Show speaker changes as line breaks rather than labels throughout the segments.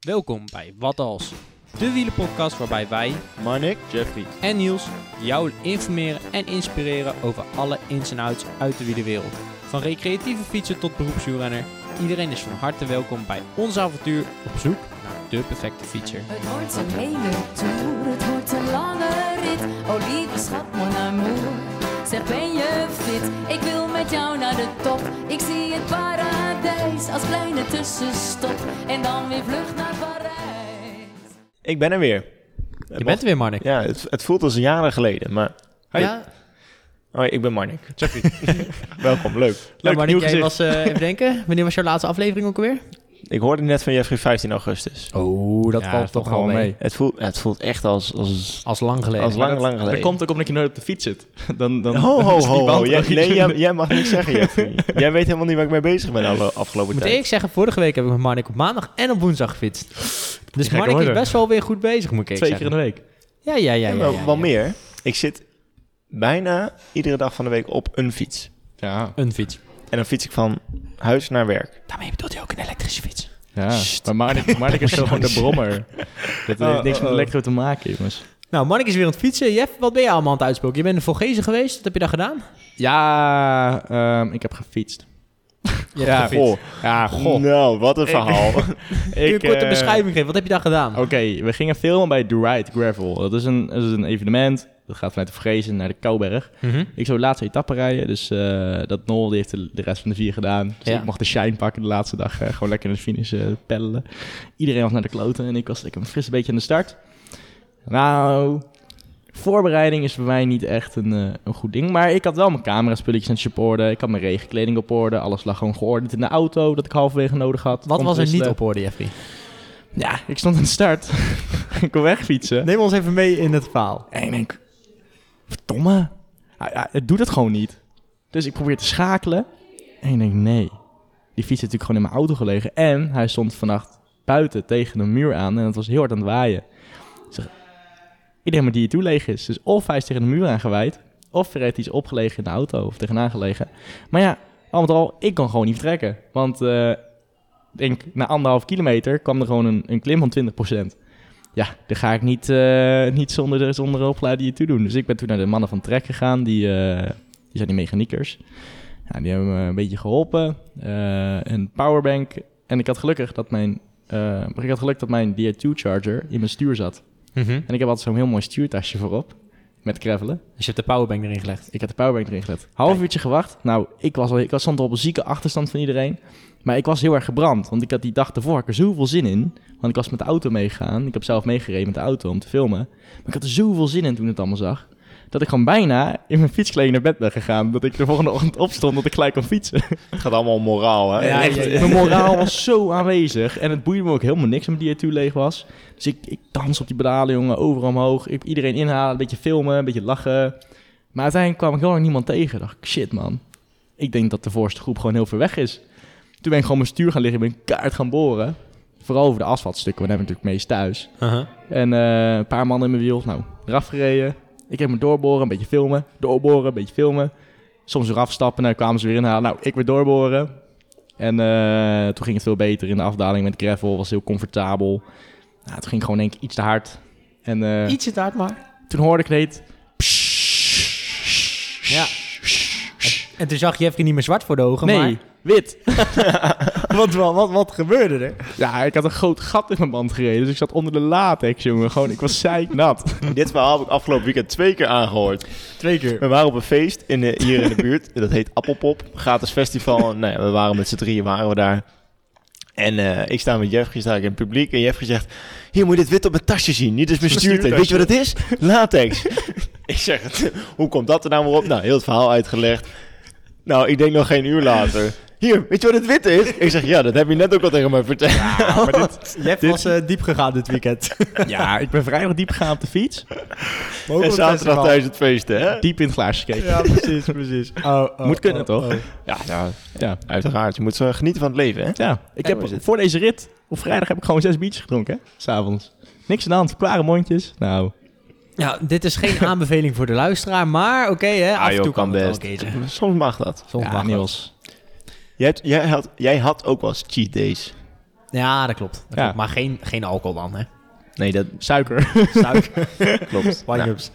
Welkom bij Wat Als, de wielenpodcast waarbij wij
Marnik, Jeffrey.
en Niels jou informeren en inspireren over alle ins en outs uit de wielerwereld. Van recreatieve fietsen tot beroepswielrenner, iedereen is van harte welkom bij ons avontuur op zoek naar de perfecte fietser.
Het wordt een hele toer, het wordt een lange rit. Oh lieve schat, mon amour, zeg ben je fit? Ik wil met jou naar de top. Ik zie het paradijs als kleine tussenstop. En dan weer vlug naar Parijs.
Ik ben er weer.
Je bent er weer, Marnik.
Ja, het, het voelt als jaren geleden, maar... Hoi.
Ja,
Hoi, ik ben Marnik.
Jeffrey.
Welkom, leuk. Leuk,
nou, maar
nieuw
jij
gezicht.
was, eh, even denken, wanneer was jouw laatste aflevering ook alweer?
Ik hoorde net van Jeffrey 15 augustus.
Oh, dat valt toch al mee.
Het voelt, het voelt echt als, als,
Als lang geleden.
als lang, lang geleden.
Dat komt ook omdat je nooit op de fiets zit. Dan, dan
Ho, ho,
is die
ho. ho.
band
Jij,
ook niet-
nee, jij, jij mag niks zeggen, Jeffrey. jij weet helemaal niet waar ik mee bezig ben de afgelopen
Moet
tijd.
ik zeggen, vorige week heb ik met Marnik op maandag en op woensdag gefietst. Dus
gekke
Marnik is
hoor.
best wel weer goed bezig, moet ik
Twee
eerlijk
keer in de
zeggen.
week.
Ja, ja, ja.
Ja,
ja,
maar
ja,
wel
ja.
meer. Ik zit bijna iedere dag van de week op een fiets.
Ja,
Een fiets.
En dan fiets ik van huis naar werk.
Daarmee bedoelt hij ook een elektrische fiets.
ja. maar Marnik, Marnik is zo gewoon de brommer. Dat
Oh,
heeft niks
oh,
met
oh.
elektro te maken, jongens.
Nou, Marnik is weer aan het fietsen. Jeff, wat ben je allemaal aan het uitspoken? Je bent in Volgezen geweest, wat heb je daar gedaan?
Ja, ehm, ik heb gefietst.
ja,
Goh.
Ja, goh.
Nou, wat een verhaal.
Kun je een korte
eh,
beschrijving geven? Wat heb je daar gedaan?
Oké, we gingen filmen bij The Ride Gravel. Dat is een, dat is een evenement. Dat gaat vanuit de Vrezen naar de Kouberg.
Mhm.
Ik zou de laatste etappe rijden. Dus eh, dat Nol die heeft de, de rest van de vier gedaan. Dus
Ja.
ik mocht de shine pakken de laatste dag. eh, gewoon lekker in de finish eh, peddelen. Iedereen was naar de kloten en ik was lekker een fris beetje aan de start. Nou, voorbereiding is voor mij niet echt een, eh, een goed ding. Maar ik had wel mijn camera-spulletjes netjes op orde. Ik had mijn regenkleding op orde. Alles lag gewoon geordend in de auto dat ik halverwege nodig had.
Wat
Kon
was er niet
wisselen.
op orde, Jeffrey?
Ja, ik stond aan de start. ik kon wegfietsen.
Neem ons even mee in het verhaal.
En ik denk, verdomme, hij, hij- het doet het gewoon niet. Dus ik probeer te schakelen. En ik denk, nee, die fiets is natuurlijk gewoon in mijn auto gelegen. En hij stond vannacht buiten tegen een muur aan en het was heel hard aan het waaien. Ik zeg, ik denk maar die hier toe leeg is. Dus of hij is tegen de muur aangewaaid, of er heeft iets opgelegen in de auto of tegenaan gelegen. Maar ja, al met al, ik kan gewoon niet vertrekken. Want eh, ik denk, na anderhalf kilometer kwam er gewoon een, een klim van 20%. Ja, daar ga ik niet, eh, niet zonder, de- zonder opleiding hier toe doen. Dus ik ben toen naar de mannen van Trek gegaan. Die, eh, die zijn die mechaniekers. Ja, die hebben me een beetje geholpen. eh, een powerbank. En ik had gelukkig dat mijn... eh, ik had geluk dat mijn DR2-charger in mijn stuur zat. En ik heb altijd zo'n heel mooi stuurtasje voorop. Met gravelen.
Dus je hebt de powerbank erin gelegd.
Ik had de powerbank erin gelet. Half uurtje gewacht. Nou, ik, was al, ik was stond al op een zieke achterstand van iedereen. Maar ik was heel erg gebrand. Want ik had die dag ervoor had ik er zoveel zin in. Want ik was met de auto meegegaan. Ik heb zelf meegereden met de auto om te filmen. Maar ik had er zoveel zin in toen ik het allemaal zag. Dat ik gewoon bijna in mijn fietskleding naar bed ben gegaan. Dat ik de volgende ochtend opstond dat ik gelijk kon fietsen.
Het gaat allemaal om moraal, hè?
Ja, echt, Mijn moraal was zo aanwezig. En het boeide me ook helemaal niks omdat die toe leeg was. Dus ik, ik dans op die pedalen, jongen. Overal omhoog. Ik, iedereen inhalen, een beetje filmen, een beetje lachen. Maar uiteindelijk kwam ik heel lang niemand tegen. dacht ik, shit man. Ik denk dat de voorste groep gewoon heel ver weg is. Toen ben ik gewoon mijn stuur gaan liggen. Ben ik kaart gaan boren. Vooral over de asfaltstukken, want daar heb ik natuurlijk meest thuis. En eh, een paar mannen in mijn wiel. Nou, eraf gereden. Ik heb me doorboren, een beetje filmen. Doorboren, een beetje filmen. Soms eraf stappen en dan kwamen ze weer inhalen. Nou, ik weer doorboren. En eh, toen ging het veel beter in de afdaling met gravel. Was heel comfortabel. Nou, toen ging ik gewoon denk ik iets te hard. En eh,
Ietsje te hard, maar.
toen hoorde ik het.
Ja. En toen zag Jeffrey niet meer zwart voor de ogen, maar...
Nee, wit.
Wat, wat, wat, wat gebeurde er?
Ja, ik had een groot gat in mijn band gereden. Dus ik zat onder de latex, jongen. Gewoon, ik was zeiknat.
Dit verhaal heb ik afgelopen weekend twee keer aangehoord.
Twee keer.
We waren op een feest in de, hier in de buurt. Dat heet Appelpop. Gratis festival. Nou ja, we waren met z'n drieën waren we daar. En eh, ik sta met Jeffrey sta ik in het publiek. En Jeffrey zegt... Hier moet je dit wit op mijn tasje zien. Dit is mijn stuurtasje. Weet je wat het is? Latex. ik zeg het. Hoe komt dat er nou weer op? Nou, heel het verhaal uitgelegd. Nou, ik denk nog geen uur later. Hier, weet je wat het wit is? Ik zeg, ja, dat heb je net ook al tegen mij verteld.
Jeff was eh, diep gegaan dit weekend.
Ja, ik ben vrijdag diep gegaan op de fiets.
Maar ook
en
op het
zaterdag
festival.
tijdens het feesten, hè?
Diep in het glaasje gekeken.
Ja, precies, precies. Oh, oh,
Moet kunnen,
oh,
toch?
oh.
Ja, ja. ja.
Uiteraard. Je moet zo genieten van het leven, hè?
ik
hoe is
heb
het?
voor deze rit, op vrijdag heb ik gewoon zes biertjes gedronken, hè? S'avonds. Niks aan de hand, klare mondjes. Nou,
Nou, dit is geen aanbeveling voor de luisteraar, maar oké, hè, af
Ah,
en
joh,
toe
kan
kan het wel
best.
een keertje.
Soms mag dat.
Soms
ja,
mag het.
Niels.
Jij, hebt- jij, had, jij had ook wel eens cheat days.
Ja, dat klopt. Dat
Ja.
klopt. Maar geen, geen alcohol dan, hè?
Nee, dat
Suiker.
Suiker,
klopt. Nou,
wine-ups.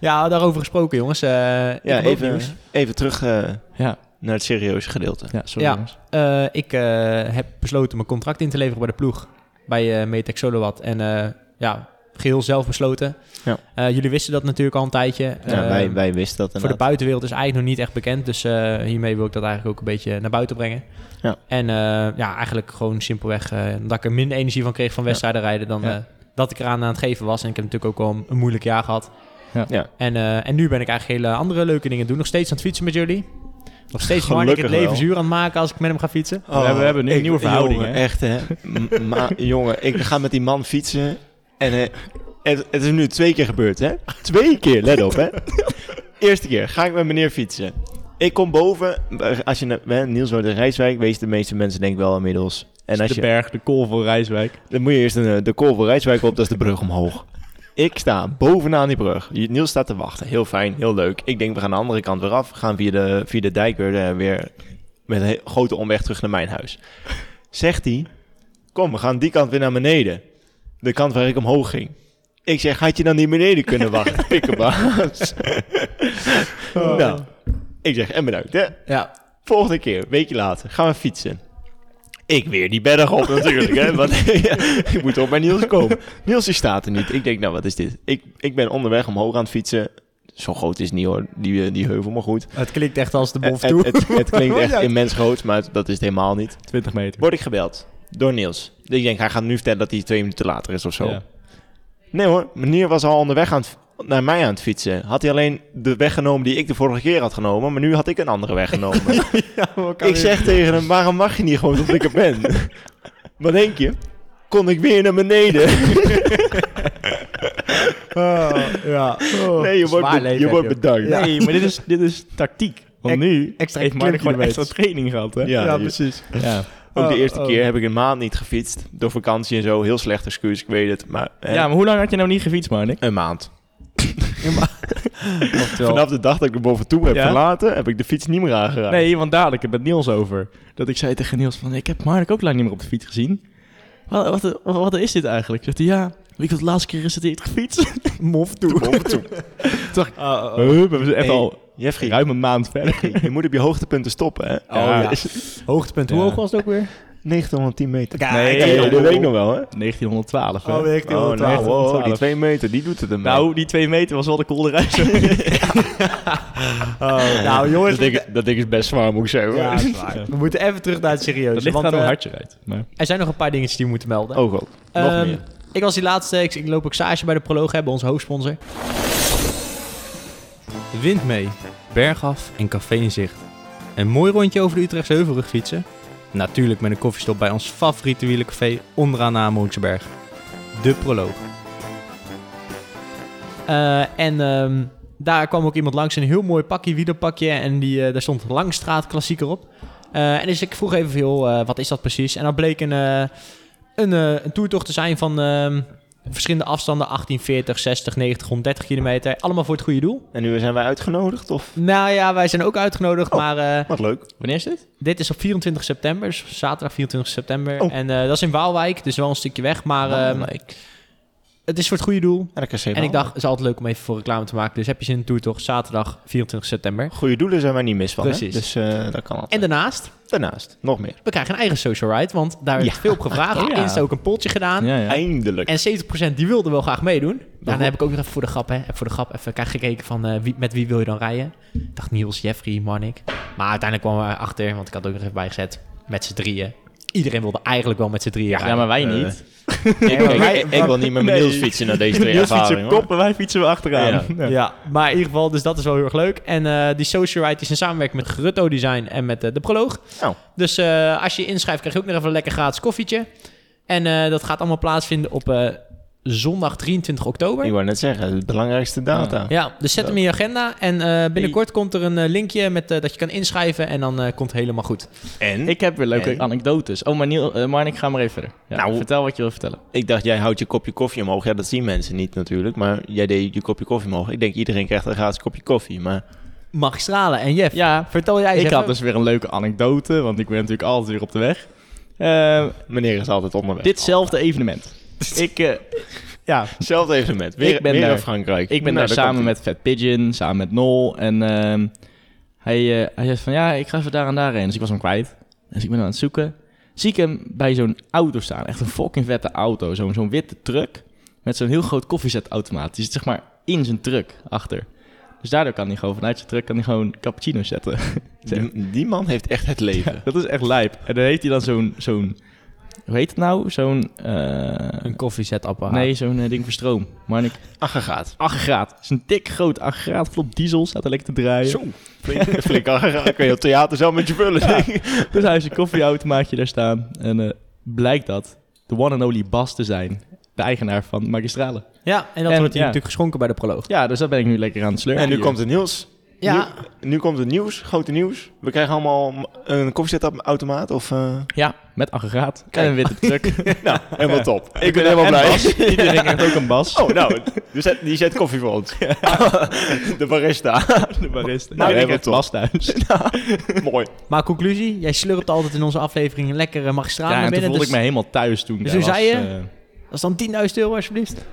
Ja, daarover gesproken, jongens. Eh, ik
ja,
heb ook
even,
nieuws.
even terug eh,
ja,
naar het serieuze gedeelte.
ja, sorry.
Ja.
jongens.
Eh, ik eh, heb besloten mijn contract in te leveren bij de ploeg. Bij eh Metec Solowat. En eh, ja, geheel zelf besloten.
Ja.
Eh, jullie wisten dat natuurlijk al een tijdje.
Ja,
Eh,
wij, wij wisten dat
voor de
inderdaad.
buitenwereld is eigenlijk nog niet echt bekend. Dus eh, hiermee wil ik dat eigenlijk ook een beetje naar buiten brengen.
Ja.
En eh, ja, eigenlijk gewoon simpelweg eh, dat ik er minder energie van kreeg van wedstrijden rijden dan
Ja.
eh, dat ik eraan aan het geven was. En ik heb natuurlijk ook al een, een moeilijk jaar gehad.
Ja.
Ja.
En, eh, en nu ben ik eigenlijk hele andere leuke dingen aan het doen. Nog steeds aan het fietsen met jullie. Nog steeds Mark ik het
Gelukkig
leven
wel.
zuur aan het maken als ik met hem ga fietsen.
We hebben- we hebben nu een nieuwe verhouding,
Jongen,
hè?
Oh, echt, hè? M- ma- jongen, ik ga met die man fietsen. En eh, het, het is nu twee keer gebeurd, hè? Twee keer, let op, hè? Eerste keer ga ik met meneer fietsen. Ik kom boven. eh, Als je, naar- hè, Niels woont in Rijswijk, weet je de meeste mensen denk ik wel inmiddels. En als
Dus de
je,
berg, de kool van Rijswijk.
dan moet je eerst eh, de, de kool van Rijswijk op, dat is de brug omhoog. Ik sta bovenaan die brug. Niels staat te wachten. Heel fijn, heel leuk. Ik denk, we gaan de andere kant weer af. We gaan via de, via de dijk weer, eh, weer met een he- grote omweg terug naar mijn huis. Zegt hij, kom, we gaan die kant weer naar beneden. De kant waar ik omhoog ging. Ik zeg, had je dan niet beneden kunnen wachten, pikkenbaas? Nou, ik zeg, en bedankt, hè.
Ja.
Volgende keer, een weekje later, gaan we fietsen. Ik weer die berg op natuurlijk, hè. Want ja, ik moet op bij Niels komen. Niels die staat er niet. Ik denk, nou, wat is dit? Ik, ik ben onderweg omhoog aan het fietsen. Zo groot is het niet hoor, die, eh, die heuvel, maar goed. Eh,
Het klinkt echt als de
Het,
bof
Eh,
toe.
het, het, het klinkt echt immens groot, maar het- dat is het helemaal niet.
20 meter.
Word ik gebeld door Niels. Ik denk, hij gaat nu vertellen dat hij twee minuten later is of zo.
Ja.
Nee hoor, meneer was al onderweg aan het, naar mij aan het fietsen. Had hij alleen de weg genomen die ik de vorige keer had genomen, maar nu had ik een andere weg genomen. ik zeg tegen hem, waarom mag je niet gewoon dat ik er ben? Wat denk je? Kon ik weer naar beneden?
ja.
Oh, nee, je wordt,
Oh. Zwaar
be-
leven
je
heb
wordt
je ook.
bedankt. Ja,
Nee, maar dit is, dit is tactiek. Want
Ek-
nu
extra
heeft Mark gewoon
klimkilometers.
extra training gehad, hè?
je-
precies.
Ja.
ook de
Oh,
eerste
oh.
keer heb ik een maand niet gefietst. Door vakantie en zo, heel slecht excuus, ik weet het. Maar, eh,
Ja, maar hoe lang had je nou niet gefietst, Marnik?
een maand.
Oftewel,
Vanaf de dag dat ik er boventoe heb
Ja?
verlaten, heb ik de fiets niet meer aangeraakt.
Nee, want dadelijk heb ik het met Niels over. Dat ik zei tegen Niels van, ik heb Marnik ook lang niet meer op de fiets gezien. Wat, wat, wat, wat is dit eigenlijk? Zegt hij, ja, weet je wat de laatste keer is dat hij heeft gefietst?
mof toe.
Boventoe.
Huh, we zijn echt
Hey,
al
Jeffrey,
ruim een maand verder.
je moet op je hoogtepunten stoppen, hè?
ja. Hoogtepunt. Hoe
Ja.
hoog was het ook weer?
910 meter.
eh, Nee,
Hey,
oh,
dat weet ik
oh.
nog wel, hè?
1912, hè?
weet
Oh, nou,
twaalf.
wow,
Twaalf.
die twee meter, die doet het hem.
Nou, die twee meter was wel de kolde reis.
nou, jongens.
Eh, dat ding, is- dat ding is best zwaar, moet ik zeggen.
Ja,
hoor.
dat is waar. We moeten even terug naar het serieuze.
Dat ligt
want,
aan hoe
eh,
hard je rijdt. Maar...
Er zijn nog een paar dingetjes die we moeten melden.
Oh god, nog
Ehm,
meer.
Ik was die laatste. Ik, ik loop ook stage bij de proloog, hebben onze hoofdsponsor. Wind mee, berg af en café in zicht. Een mooi rondje over de Utrechtse Heuvelrug fietsen. Natuurlijk met een koffiestop bij ons favoriete wielencafé onderaan de Amoringsberg. De proloog. Eh, en ehm, daar kwam ook iemand langs in een heel mooi pakje, wielerpakje. En die, eh, daar stond Langstraat klassieker op. Eh, en dus ik vroeg even veel, eh, wat is dat precies? En dat bleek een, eh, een, eh, een toertocht te zijn van ehm, verschillende afstanden. 18, 40, 60, 90, 130 kilometer. Allemaal voor het goede doel.
En nu zijn wij uitgenodigd, of?
Nou ja, wij zijn ook uitgenodigd,
Oh.
maar eh,
Wat leuk.
Wanneer is dit?
dit is op 24 september. dus zaterdag 24 september.
Oh.
En eh, dat is in Waalwijk, dus wel een stukje weg. Maar ehm, het is voor het goede doel.
RKC
En ik dacht, het is altijd leuk om even voor reclame te maken. Dus heb je zin in een toertocht, zaterdag 24 september.
Goede doelen zijn wij niet mis van, hè?
Precies.
Dus eh, dat kan altijd.
En daarnaast,
daarnaast, nog meer.
we krijgen een eigen social ride, want daar
Ja.
is veel op gevraagd.
Oh, ja.
Insta ook een poltje gedaan.
Ja, ja.
Eindelijk.
En 70% die wilde wel graag meedoen. Dan
Waarom?
heb ik ook nog even voor de grap, hè, even voor de grap even kijk- gekeken van eh, wie, met wie wil je dan rijden. Ik dacht Niels, Jeffrey, Marnik. Maar uiteindelijk kwamen we achter, want ik had ook nog even bijgezet, met z'n drieën. Iedereen wilde eigenlijk wel met z'n drieën rijden.
Ja, maar wij
Eh,
niet.
ik,
maar
ik-
wij-
ik, ik wil niet met mijn
Nee.
Niels fietsen naar deze twee
Niels fietsen
ervaringen.
op
hoor.
kop en wij fietsen we achteraan.
Ja.
Ja.
Ja, maar in ieder geval, dus dat is wel heel erg leuk. En eh, die social ride is in samenwerking met Grutto Design en met eh, de proloog.
Oh.
Dus eh, als je je inschrijft, krijg je ook nog even een lekker gratis koffietje. En eh, dat gaat allemaal plaatsvinden op eh, zondag 23 oktober.
Ik wou net zeggen, het belangrijkste data.
Ja, dus zet hem in je agenda. En eh, binnenkort komt er een eh, linkje met, eh, dat je kan inschrijven. En dan eh, komt het helemaal goed.
En? Ik,
Ik heb weer leuke
En?
anekdotes. Oh, maar Niel, eh, Marnik, ga maar even verder. Ja,
Nou,
vertel wat je wil vertellen.
ik dacht, jij houdt je kopje koffie omhoog. Ja, dat zien mensen niet natuurlijk, maar jij deed je kopje koffie omhoog. Ik denk, iedereen krijgt een gratis kopje koffie, maar...
Mag stralen. En Jeff,
Ja,
vertel jij eens
ik
even.
had dus weer een leuke anekdote, want ik ben natuurlijk altijd weer op de weg. Ehm,
Meneer is altijd onderweg.
ditzelfde evenement. ik, eh, ja,
Hetzelfde evenement. Weer,
Ik ben
weer
daar.
in Frankrijk.
ik ben
Nou,
daar
komt
samen
ie.
met Fat Pigeon, samen met Nol. En ehm, hij, eh, hij zegt van, ja, ik ga even daar en daarheen. Dus ik was hem kwijt. Dus ik ben hem aan het zoeken. Zie ik hem bij zo'n auto staan. Echt een fucking vette auto. Zo'n zo'n witte truck met zo'n heel groot koffiezetautomaat. Die zit zeg maar in zijn truck achter. Dus daardoor kan hij gewoon vanuit zijn truck kan hij gewoon cappuccino zetten.
Die, die man heeft echt het leven.
Dat is echt lijp. En dan heeft hij dan zo'n... zo'n hoe heet het nou? Zo'n... eh,
Een koffiezetapparaat.
nee, zo'n eh, ding voor stroom. Maar ik...
Aggregaat.
Aggregaat. Het is een dik groot aggregaat. Vol op diesel. Staat er lekker te draaien.
Zo. Flink, flink aggregaat. Kun je op theater zo met je vullen.
Dus hij heeft een koffieautomaatje daar staan. En eh, blijkt dat de one and only Bas te zijn. De eigenaar van Magistrale.
Ja, en dat
En,
wordt hier
ja.
natuurlijk geschonken bij de proloog.
Ja, dus dat ben ik nu lekker aan het slurpen.
En nu
hier.
komt het nieuws.
Ja.
Nu, nu komt het nieuws. Grote nieuws. We krijgen allemaal m- een koffiezetautomaat of... eh,
Ja, met aggregaat. En een witte truck.
Nou, helemaal top. Ik ben
En
helemaal blij.
Bas. Iedereen krijgt ook een Bas.
Oh, nou, die zet, die zet koffie voor ons. De barista.
de barista.
Nou, helemaal
Nou, ik krijg
top.
Bas thuis.
Mooi.
Maar conclusie, jij slurpt altijd in onze afleveringen lekkere magistraat
Ja,
naar
en toen
binnen.
voelde
Dus
ik me helemaal thuis toen.
Dus
daar
toen
was,
zei je?
eh,
Dat is dan 10.000 euro alsjeblieft.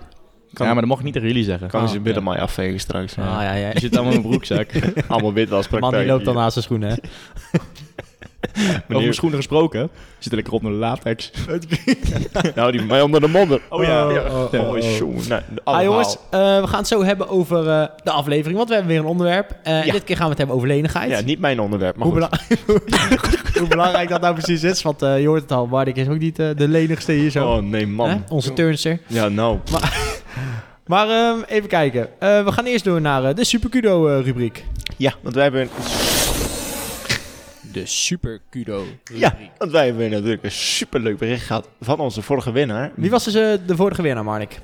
ja, maar dat mocht ik niet tegen jullie zeggen.
Kan
Oh,
ze
ja.
binnen mij afvegen straks.
Ah ja, ja.
Je zit allemaal in mijn broekzak.
Allemaal wit was praktijk.
Man die loopt dan
hier.
naast zijn schoenen. hè. Ah,
Over mijn schoenen gesproken. Zit er lekker op naar de latex.
Nou, die mij onder de modder.
Oh ja.
Oh,
Ja.
joe. Nou,
Ah,
allemaal.
jongens, eh, we gaan het zo hebben over eh, de aflevering, want we hebben weer een onderwerp. Eh, en
Ja.
Dit keer gaan we het hebben over lenigheid.
Ja, niet mijn onderwerp, maar
hoe,
goed.
bela- hoe belangrijk dat nou precies is, want eh, je hoort het al, Bardik is ook niet eh, de lenigste hier zo.
Oh, nee, man.
Hè? Onze turnster.
Ja, nou.
Maar ehm, even kijken. Eh, we gaan eerst door naar eh, de Supercudo-rubriek.
Ja, want wij hebben,
De Super Kudo.
ja, want wij hebben natuurlijk een superleuk bericht gehad van onze vorige winnaar,
Wie was dus eh, de vorige winnaar, Marnik?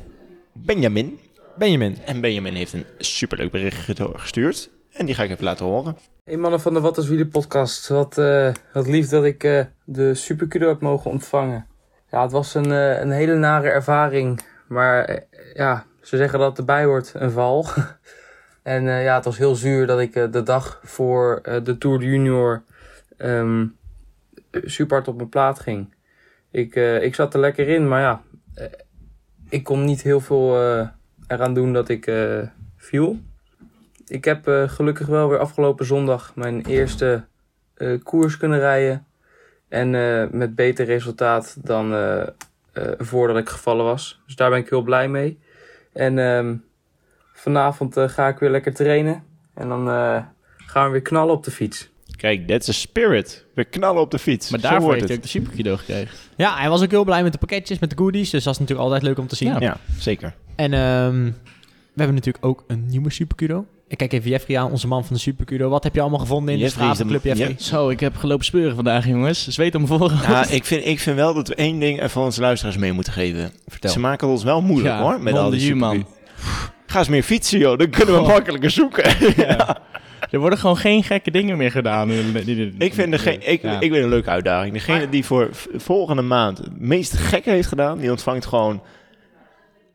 Benjamin.
Benjamin.
En Benjamin heeft een superleuk bericht gedo- gestuurd. En die ga ik even laten horen.
Hey mannen van de Wat is Wielen podcast. Wat, eh, wat lief dat ik eh, de superkudo heb mogen ontvangen. Ja, het was een, eh, een hele nare ervaring. Maar eh, ja, ze zeggen dat het erbij hoort een val. en eh, ja, het was heel zuur dat ik eh, de dag voor eh, de Tour de Junior ehm, super hard op mijn plaat ging. Ik, eh, ik zat er lekker in, maar ja, eh, ik kon niet heel veel eh, eraan doen dat ik eh, viel. Ik heb eh, gelukkig wel weer afgelopen zondag mijn eerste eh, koers kunnen rijden. En eh, met beter resultaat dan eh, eh, voordat ik gevallen was. Dus daar ben ik heel blij mee. En ehm, vanavond eh, ga ik weer lekker trainen. En dan eh, gaan we weer knallen op de fiets.
Kijk, that's a spirit. We knallen op de fiets.
Maar
Zo
daarvoor
wordt
heeft hij
het.
ook de superkido gekregen.
Ja, hij was ook heel blij met de pakketjes, met de goodies. Dus dat is natuurlijk altijd leuk om te zien.
Ja.
Ja, zeker.
En ehm, we hebben natuurlijk ook een nieuwe Supercudo. Ik kijk even Jeffrey aan, onze man van de Supercudo. Wat heb je allemaal gevonden in
Jeffrey
de
is de-
stratenclub, Jeffrey?
Jeff-
Zo, ik heb gelopen speuren vandaag, jongens. Zweet om voren.
Ja, ik, vind, ik vind wel dat we één ding even onze luisteraars mee moeten geven.
Vertel.
Ze maken het ons wel moeilijk
Ja,
hoor. Met al die
Monde Juman.
superku- Ga eens meer fietsen joh, dan kunnen we
Goh.
makkelijker zoeken.
Er worden gewoon geen gekke dingen meer gedaan.
Ik vind, de ge- ik, ik vind een leuke uitdaging. Degene die voor v- volgende maand het meest gekke heeft gedaan, die ontvangt gewoon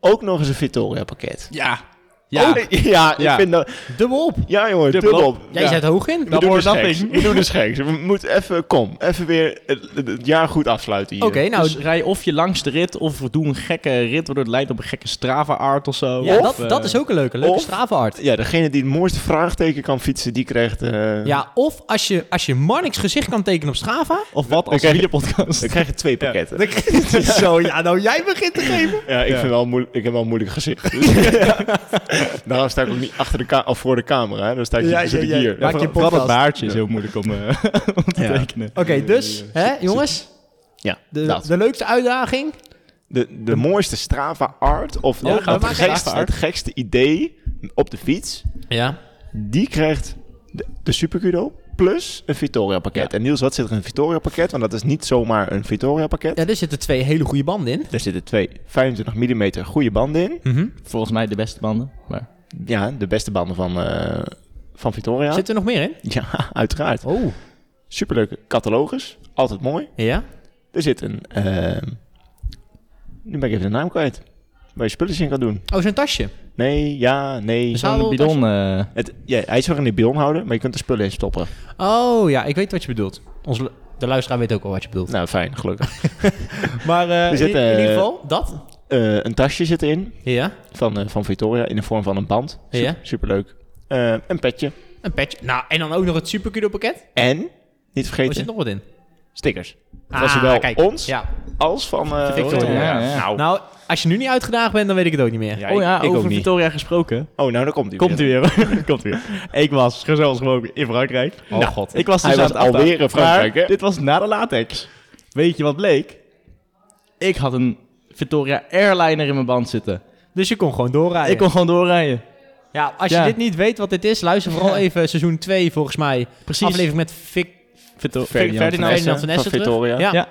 ook nog eens een Victoria pakket.
Ja. Ja.
Oh, ja,
Ja.
Ik vind dat,
Dubbel op.
ja jongen,
Dubbel
dubbel,
op.
op.
Jij
Ja.
zit hoog in.
We
Dat
doen,
wordt
dus
dat
geks.
ding.
we doen dus geks. We moeten even, kom, even weer het, het- het jaar goed afsluiten hier.
Oké, nou,
nou, rij of je langs de rit, of doe een gekke rit, waardoor het leidt op een gekke Strava-art of zo.
ja,
Of,
dat,
eh,
dat is ook een leuke. Leuke
of-
stravenart.
Ja, degene die het mooiste vraagteken kan fietsen, die krijgt... eh,
Ja, of als je, als je Marnix gezicht kan tekenen op Strava.
Of wat als
krijg je-
een podcast.
Dan krijg je twee pakketten. Ja,
Zo, ja, nou jij begint te geven.
ik, Vind wel moe- ik heb wel een moeilijk gezicht. Dus- Daarom sta ik ook niet achter de ka- of voor de camera. hè. Dan sta ik,
Ja,
zit
ja,
ik
ja.
hier.
Maak je
Vooral dat
podcast.
baardje is heel moeilijk om, eh, om te
Ja.
tekenen.
Oké, dus, hè, jongens,
Ja,
de,
dat.
de leukste uitdaging.
De, de, mooiste Strava art of
Ja, we
het,
maken
gekste,
Strava art.
het gekste idee op de fiets,
Ja.
die krijgt de, de Supercudo plus een Vittoria pakket. En Niels, wat zit er in een Vittoria pakket? Want dat is niet zomaar een Vittoria pakket.
ja, er zitten twee hele goede banden in.
Er zitten twee 25 mm goede banden in.
Mhm.
Volgens mij de beste banden. Maar
Ja, de beste banden van, eh, van Vittoria.
Zit er nog meer in?
Ja, uiteraard.
Oh.
Superleuke catalogus, altijd mooi.
Ja?
Er zit een... ehm, nu ben ik even de naam kwijt. Waar je spulletjes in kan doen.
Oh, zo'n tasje.
Nee, ja, nee.
Dus-
zo'n
Zadel-
bidon... eh,
Het, ja, hij is wel in de bidon houden, maar je kunt er spullen in stoppen.
Oh, ja, ik weet wat je bedoelt. Ons, de luisteraar weet ook al wat je bedoelt.
Nou, fijn, gelukkig.
Maar eh,
Er zit,
in, in
eh,
ieder geval, dat.
Eh, een tasje zit erin
Ja,
van, eh, van Victoria in de vorm van een band. Super,
Ja.
Superleuk. Eh, een petje.
een petje. Nou, en dan ook nog het supercudo pakket. Oh,
En, niet
Er
vergeten,
zit nog wat in. Ah,
stickers. Dat was zowel
kijk.
ons
Ja.
als van eh,
Victoria.
Ja, ja.
Nou,
Nou, als je nu niet uitgedaagd bent, dan weet ik het ook niet meer.
ja,
oh ja,
ik, ik ook
over
niet.
Victoria gesproken.
Oh, nou, daar komt hij
Komt u weer. Komt u weer. Ik was gezellig gewoon in Frankrijk.
Oh, god.
Ik was dus
Hij
aan
was
het afdagen.
alweer in Frankrijk,
Maar
hè?
Dit was na de latex. Weet je wat bleek? Ik had een Victoria Airliner in mijn band zitten.
Dus je kon gewoon
Ah,
doorrijden.
Ik kon gewoon doorrijden.
Ja, als
Ja.
je dit niet weet wat dit is, luister vooral even seizoen 2 volgens mij.
Precies.
Aflevering met Vic
Victor-
Ferdinand
Ferdinand
Ferdinand van
van
Essen terug.
Victoria.
Ja.
Ja.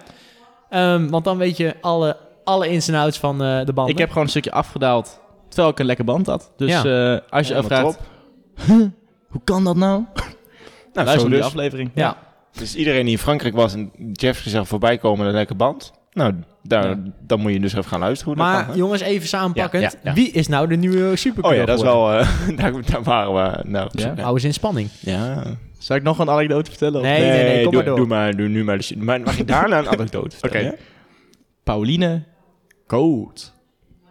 Ehm, want dan weet je alle, alle ins en outs van eh, de banden.
Ik heb gewoon een stukje afgedaald. Terwijl ik een lekker band had. Dus eh, als je
Helemaal
afvraagt,
top.
hoe kan dat nou?
Nou, zo
Luister die
dus.
aflevering.
Ja.
Dus iedereen die in Frankrijk was en Jeffrey zag voorbij komen met een lekker band. Nou, daar,
Ja.
dan moet je dus even gaan luisteren hoe dat
maar
kan, hè?
jongens, even samenpakkend.
Ja, ja, ja.
Wie is nou de nieuwe
Oh
supercudo
ja, dat is
geworden?
wel... eh, daar, daar waren we... Nou,
Ja.
ja.
Hou eens in spanning.
ja.
Zou ik nog een anekdote vertellen?
Nee, nee, nee, kom
doe,
maar door.
Doe maar, doe nu maar. de- maar mag ik daarna een anekdote vertellen?
Oké. Pauline Coat.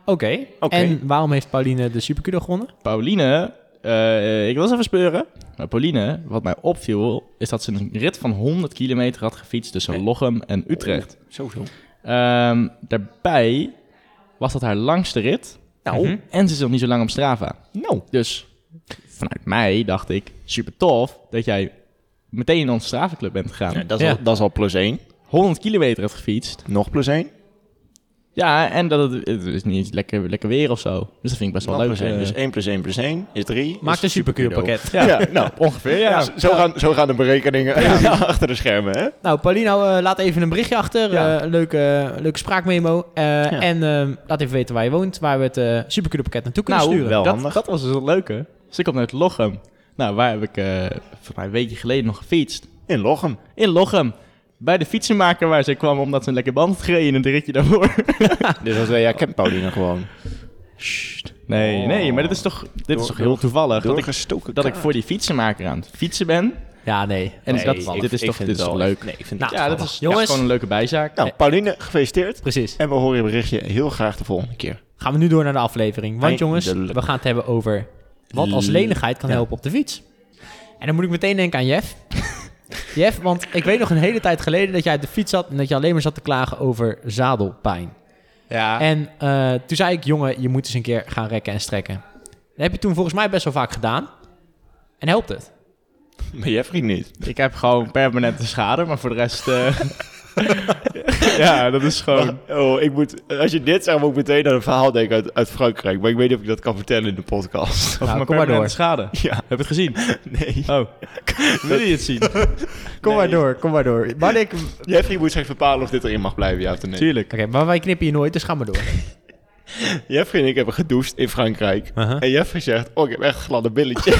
Oké.
Oké.
En waarom heeft Pauline de supercudo gewonnen?
Pauline, eh, ik was even speuren. Maar Pauline, wat mij opviel, is dat ze een rit van 100 kilometer had gefietst tussen Lochem en Utrecht.
Zo, zo.
Ehm, daarbij was dat haar langste rit.
Nou.
Mhm. En ze is nog niet zo lang op Strava.
Nou.
Dus vanuit mij dacht ik, super tof dat jij meteen in onze Strava Club bent gegaan.
Ja, dat, is
Ja.
Al, dat is al plus één.
100 kilometer had gefietst.
Nog plus één.
Ja, en dat het, het is niet eens lekker, lekker weer of zo. Dus dat vind ik best wel
Nog
leuk.
plus één.
eh.
Dus één plus één plus één is drie.
Maakt
Is
een supercudo
supercudo.
pakket.
Ja, nou.
ongeveer, ja.
Ja, zo, Gaan, zo gaan de berekeningen achter de schermen, hè?
Nou, Paulino, eh, laat even een berichtje achter.
Ja.
Eh, leuke, leuke spraakmemo. Eh, En eh, laat even weten waar je woont, waar we het eh supercudo pakket naartoe kunnen
Nou,
sturen.
wel
dat,
handig.
dat was dus het leuke. Dus ik kom uit Lochem. Nou, waar heb ik eh volgens mij een weekje geleden nog gefietst?
In Lochem.
In Lochem. Bij de fietsenmaker waar ze kwam omdat ze een lekker band had gereden in het ritje daarvoor.
Dus als wij, ja, kent Pauline gewoon.
Nee,
Oh.
nee, maar dit is toch, dit is
Door-
toch heel toevallig dat ik,
Doorgestoken.
dat ik voor die fietsenmaker aan het fietsen ben.
Ja, nee.
En
Nee,
dat,
ik-
dit is toch,
vind
dit is
het
toch
wel-
leuk. eh,
Nee, ik vind
Nou,
het
ja, dat is
Jongens.
ja, gewoon een leuke bijzaak.
Nou, Pauline, gefeliciteerd.
Precies.
En we horen je berichtje heel graag de volgende keer.
Gaan we nu door naar de aflevering. Want jongens,
Eindelijk.
we gaan het hebben over wat als lenigheid kan helpen op de fiets. En dan moet ik meteen denken aan Jeff. Jeff, want ik weet nog een hele tijd geleden dat jij op de fiets zat... en dat je alleen maar zat te klagen over zadelpijn.
ja.
En eh, toen zei ik, jongen, je moet eens een keer gaan rekken en strekken. Dat heb je toen volgens mij best wel vaak gedaan. En helpt het?
Maar Jeffrey niet.
Ik heb gewoon permanente schade, maar voor de rest... eh, ja, dat is gewoon...
Oh, ik moet, als je dit zegt, moet ik meteen aan een verhaal denken uit, uit Frankrijk. Maar ik weet niet of ik dat kan vertellen in de podcast.
Over mijn
Nou, kom maar
permanente
door.
schade.
Ja,
Heb je het gezien?
nee.
Oh. Wil je het zien?
Kom
maar
door, kom maar door. Maar ik... Oké,
Jeffrey moet straks bepalen of dit erin mag blijven, ja of nee.
Tuurlijk.
maar wij knippen hier nooit, dus ga maar door.
Jeffrey en ik hebben gedoucht in Frankrijk. En Jeffrey zegt, oh, ik heb echt gladde billetjes.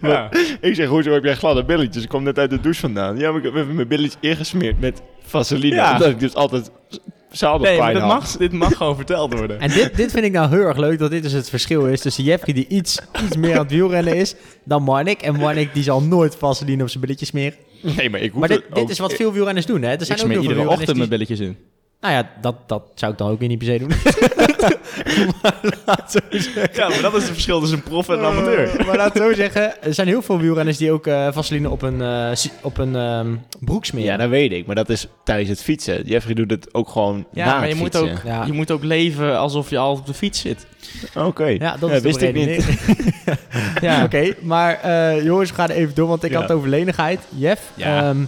Maar Ik zeg, hoezo heb jij gladde billetjes? Ik kom net uit de douche vandaan. Ja, maar ik heb even mijn billetje ingesmeerd met vaseline.
Ja.
Omdat ik dus altijd z- zadelpijn
Nee, maar dit
had.
mag, dit mag gewoon verteld worden.
En dit, dit vind ik nou heel erg leuk, dat dit dus het verschil is tussen Jeffrey die iets, iets meer aan het wielrennen is dan Marnik. En Marnik die zal nooit vaseline op zijn billetjes meer.
Nee, maar ik hoef
Maar dit,
het
dit
ook-
is wat veel wielrenners doen, hè? Er
Ik
zijn ook
smeer
heel veel
iedere ochtend
wielrenners
mijn
die...
billetjes in.
Nou ja, dat, dat zou ik dan ook weer niet per se doen.
Ja, maar dat is het verschil tussen prof en
Eh, maar laat het zo zeggen, er zijn heel veel wielrenners die ook eh, vaseline op een, eh, si- op een ehm, broek
Ja,
smeren.
dat weet ik. Maar dat is tijdens het fietsen. Jeffrey doet het ook gewoon
Ja,
na
maar
het
je moet,
fietsen.
ook,
Ja.
je moet ook leven alsof je altijd op de fiets zit.
Oké.
Ja, dat
Ja,
is de
wist ik niet.
beredenering.
Ja.
Oké, maar eh, jongens, we gaan even door, want ik
Ja.
had het over lenigheid. Jeff,
Ja.
ehm,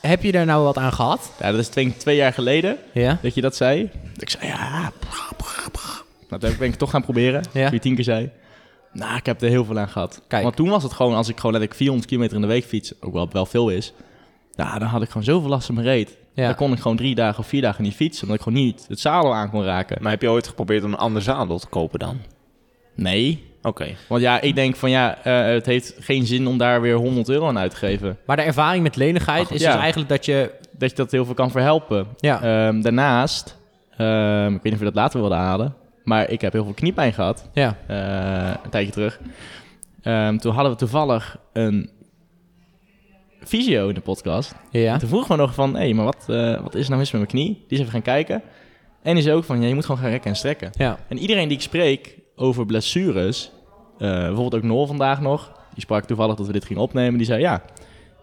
heb je daar nou wat aan gehad?
Ja, dat is twee, twee jaar geleden
Ja.
dat je dat zei. Ik zei, ja... bra, bra, bra. Nou, dat ben ik toch gaan proberen.
Ja.
Toen je tien keer zei. Nou, ik heb er heel veel aan gehad.
Kijk.
Want toen was het gewoon, als ik gewoon letterlijk 400 kilometer in de week fiets, ook wel, wel veel is, nou, dan had ik gewoon zoveel last van mijn reet.
Ja.
Dan kon ik gewoon drie dagen of vier dagen niet fietsen, omdat ik gewoon niet het zadel aan kon raken.
Maar heb je ooit geprobeerd om een ander zadel te kopen dan?
Nee,
Oké.
Want ja, ik denk van ja, eh, het heeft geen zin om daar weer 100 euro aan uit te geven.
Maar de ervaring met lenigheid is
ja.
dus eigenlijk dat je...
Dat je dat heel veel kan verhelpen.
Ja.
Ehm, daarnaast, ehm, ik weet niet of we dat later wilden halen, maar ik heb heel veel kniepijn gehad
ja.
eh, een tijdje terug. Ehm, toen hadden we toevallig een fysio in de podcast.
Ja.
En toen vroeg me nog van, hé, hey, maar wat, eh, wat is er nou mis met mijn knie? Die is even gaan kijken. En die zei ook van, ja, je moet gewoon gaan rekken en strekken.
Ja.
En iedereen die ik spreek over blessures, eh, bijvoorbeeld ook Noor vandaag nog, die sprak toevallig dat we dit gingen opnemen, die zei ja,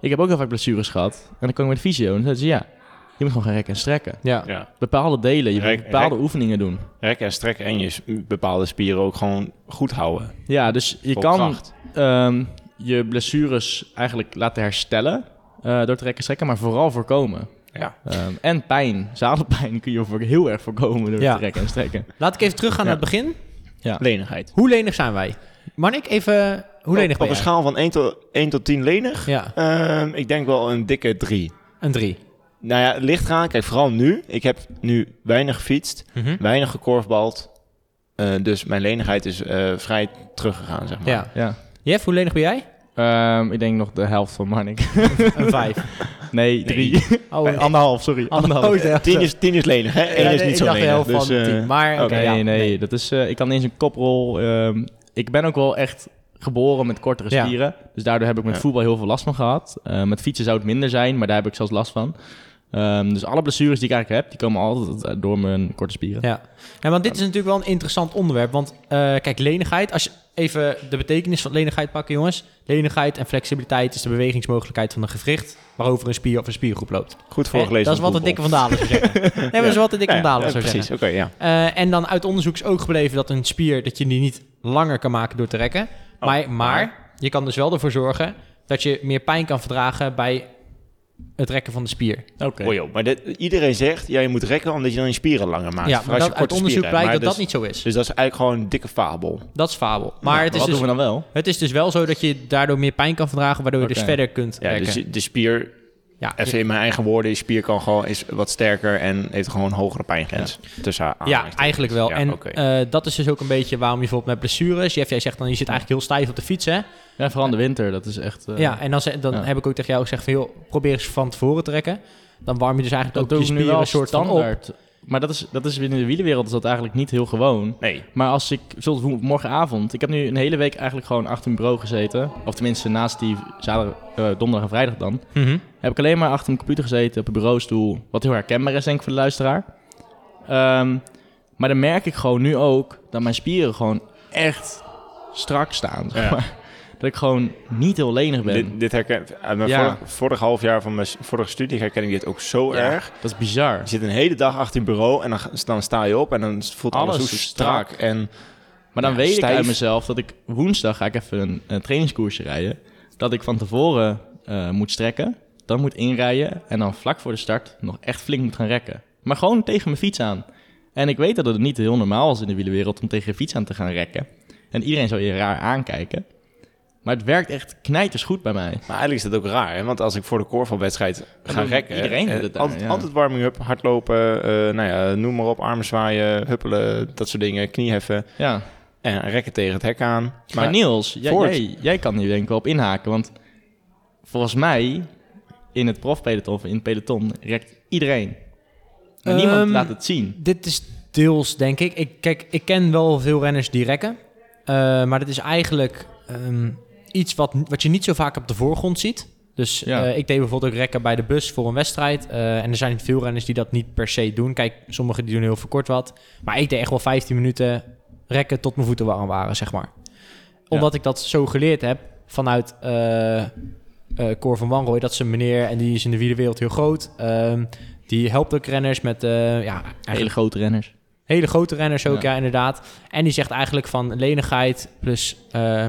ik heb ook heel vaak blessures gehad. En dan kwam ik met de fysio en dan zei ze ja, je moet gewoon gaan rekken en strekken.
Ja.
Ja.
Bepaalde delen, je moet
Rek-
bepaalde
rek-
oefeningen doen.
Rekken en strekken en je s- bepaalde spieren ook gewoon goed houden.
Ja, dus je
Vol
kan
kracht.
ehm, je blessures eigenlijk laten herstellen eh, door te rekken en strekken, maar vooral voorkomen.
Ja.
Ehm, en pijn, zadelpijn kun je voor, heel erg voorkomen door
Ja.
te rekken en strekken.
Laat ik even teruggaan naar het begin.
Lenigheid.
Hoe lenig zijn wij? Manik, even... Hoe lenig
Op
ben
een
jij?
schaal van 1 tot, 1 tot 10 lenig?
Ja,
Ehm, ik denk wel een dikke 3.
een drie.
Nou ja, het ligt eraan. Kijk, vooral nu. Ik heb nu weinig gefietst,
Mhm.
weinig gekorfbald. Eh, dus mijn lenigheid is eh, vrij teruggegaan, zeg maar.
Ja.
Ja.
Jeff, hoe lenig ben jij?
Ehm, ik denk nog de helft van Marnik.
Een vijf.
Nee, drie.
Oh,
Eh, Anderhalf, sorry. Anderhalf.
oh, ja.
10 is, 10 is lenig, hè? 1
Ja,
is
nee,
niet zo
ik dacht de
lenig.
helft
Dus,
van
eh,
tien. Maar oké,
nee,
ja,
nee, Dat is, eh, ik kan niet eens een koprol. ehm, ik ben ook wel echt geboren met kortere
Ja.
spieren. Dus daardoor heb ik met
Ja.
voetbal heel veel last van gehad. Eh, met fietsen zou het minder zijn, maar daar heb ik zelfs last van. Ehm, dus alle blessures die ik eigenlijk heb, die komen altijd eh, door mijn korte spieren.
Ja. ja, want dit is natuurlijk wel een interessant onderwerp. Want eh, kijk, lenigheid. Als je even de betekenis van lenigheid pakken, jongens. Lenigheid en flexibiliteit is de bewegingsmogelijkheid van een gewricht... waarover een spier of een spiergroep loopt.
goed
Hè?
voorgelezen.
Eh, Dat is
van
wat de dikke
Google.
van Dalen zou zeggen. Nee, maar dat is wat de dikke van Dalen
Ja,
zou
precies.
zeggen.
Oké, ja.
Eh, en dan uit onderzoek is ook gebleven dat een spier... dat je die niet langer kan maken door te rekken. maar, maar je kan dus wel ervoor zorgen... dat je meer pijn kan verdragen bij het rekken van de spier.
Oké.
Oh, joh. Maar dit, iedereen zegt, ja, je moet rekken omdat je dan je spieren langer maakt.
ja,
Vooral
maar
als
dat, uit
je korte
onderzoek
spieren hebt.
blijkt dat
Maar
dat niet zo is.
dus, Dus dat is eigenlijk gewoon een dikke fabel.
Dat is fabel. Maar
Nou,
het, is
wat
dus,
doen we dan wel?
het is dus wel zo dat je daardoor meer pijn kan verdragen, waardoor je dus
Oké.
verder kunt
Ja,
rekken.
dus je- de spier,
ja,
even in mijn eigen woorden, je spier kan gewoon, is wat sterker en heeft gewoon een hogere pijngrens. Tussen haar
ja, eigenlijk wel.
Ja,
en
oké.
eh, dat is dus ook een beetje waarom je bijvoorbeeld met blessures... Jeff, jij zegt dan, je zit eigenlijk heel stijf op de fiets, hè?
Ja, vooral in de winter, dat is echt... eh,
ja, en dan, ze- dan
ja.
heb ik ook tegen jou gezegd van... joh, probeer eens van tevoren te rekken. Dan warm je dus
dat
eigenlijk ook
doe
je
ik nu
spieren
wel
een soort van op.
standaard. Maar dat is, dat is binnen de wielenwereld is dat eigenlijk niet heel gewoon.
Nee,
Maar als ik, zoals hoe- morgenavond, ik heb nu een hele week eigenlijk gewoon achter mijn bureau gezeten. Of tenminste naast die zaterdag, eh, donderdag en vrijdag dan.
Mhm.
Heb ik alleen maar achter mijn computer gezeten op een bureaustoel. Wat heel herkenbaar is denk ik voor de luisteraar. Ehm, maar dan merk ik gewoon nu ook dat mijn spieren gewoon echt strak staan. zeg
Ja.
maar. Dat ik gewoon niet heel lenig ben.
dit, dit herken uit mijn
Ja.
vorig, vorig half jaar van mijn s- vorige studie herken ik dit ook zo
Ja,
erg.
Dat is bizar.
Je zit een hele dag achter je bureau en dan, ga- dan sta je op en dan voelt alles,
Alles
zo
is
strak. En
Maar dan
Ja,
weet
stijf.
ik uit mezelf dat ik woensdag ga ik even een, een trainingskoersje rijden. Dat ik van tevoren eh, moet strekken, dan moet inrijden en dan vlak voor de start nog echt flink moet gaan rekken. Maar gewoon tegen mijn fiets aan. En ik weet dat het niet heel normaal is in de wielerwereld om tegen je fiets aan te gaan rekken. En iedereen zou je raar aankijken. Maar het werkt echt knijters goed bij mij.
Maar eigenlijk is dat ook raar, hè? want als ik voor de korfbalwedstrijd ga
doet
rekken...
iedereen
eh,
doet het daar,
altijd,
ja.
altijd warming-up, hardlopen, eh, nou ja, noem maar op, armen zwaaien, huppelen, dat soort dingen, knieheffen.
Ja.
En rekken tegen het hek aan.
Maar, Niels, jij,
voort.
jij, jij kan hier denk ik wel op inhaken. Want volgens mij, in het profpeloton of in het peloton, rekt iedereen. Maar niemand
Ehm,
laat het zien.
Dit is deels, denk ik. ik. Kijk, ik ken wel veel renners die rekken. Eh, maar dat is eigenlijk ehm, iets wat, wat je niet zo vaak op de voorgrond ziet. Dus
Ja.
eh, ik deed bijvoorbeeld ook rekken bij de bus voor een wedstrijd. Eh, en er zijn veel renners die dat niet per se doen. Kijk, sommigen die doen heel verkort wat. Maar ik deed echt wel 15 minuten rekken tot mijn voeten warm waren, zeg maar. Omdat ik dat zo geleerd heb vanuit eh, eh, Cor van Wanrooy. Dat is een meneer en die is in de wielerwereld heel groot. Ehm, die helpt ook renners met eh, ja,
Hele grote renners.
Hele grote renners ook, ja.
Ja.
inderdaad. En die zegt eigenlijk van lenigheid plus eh,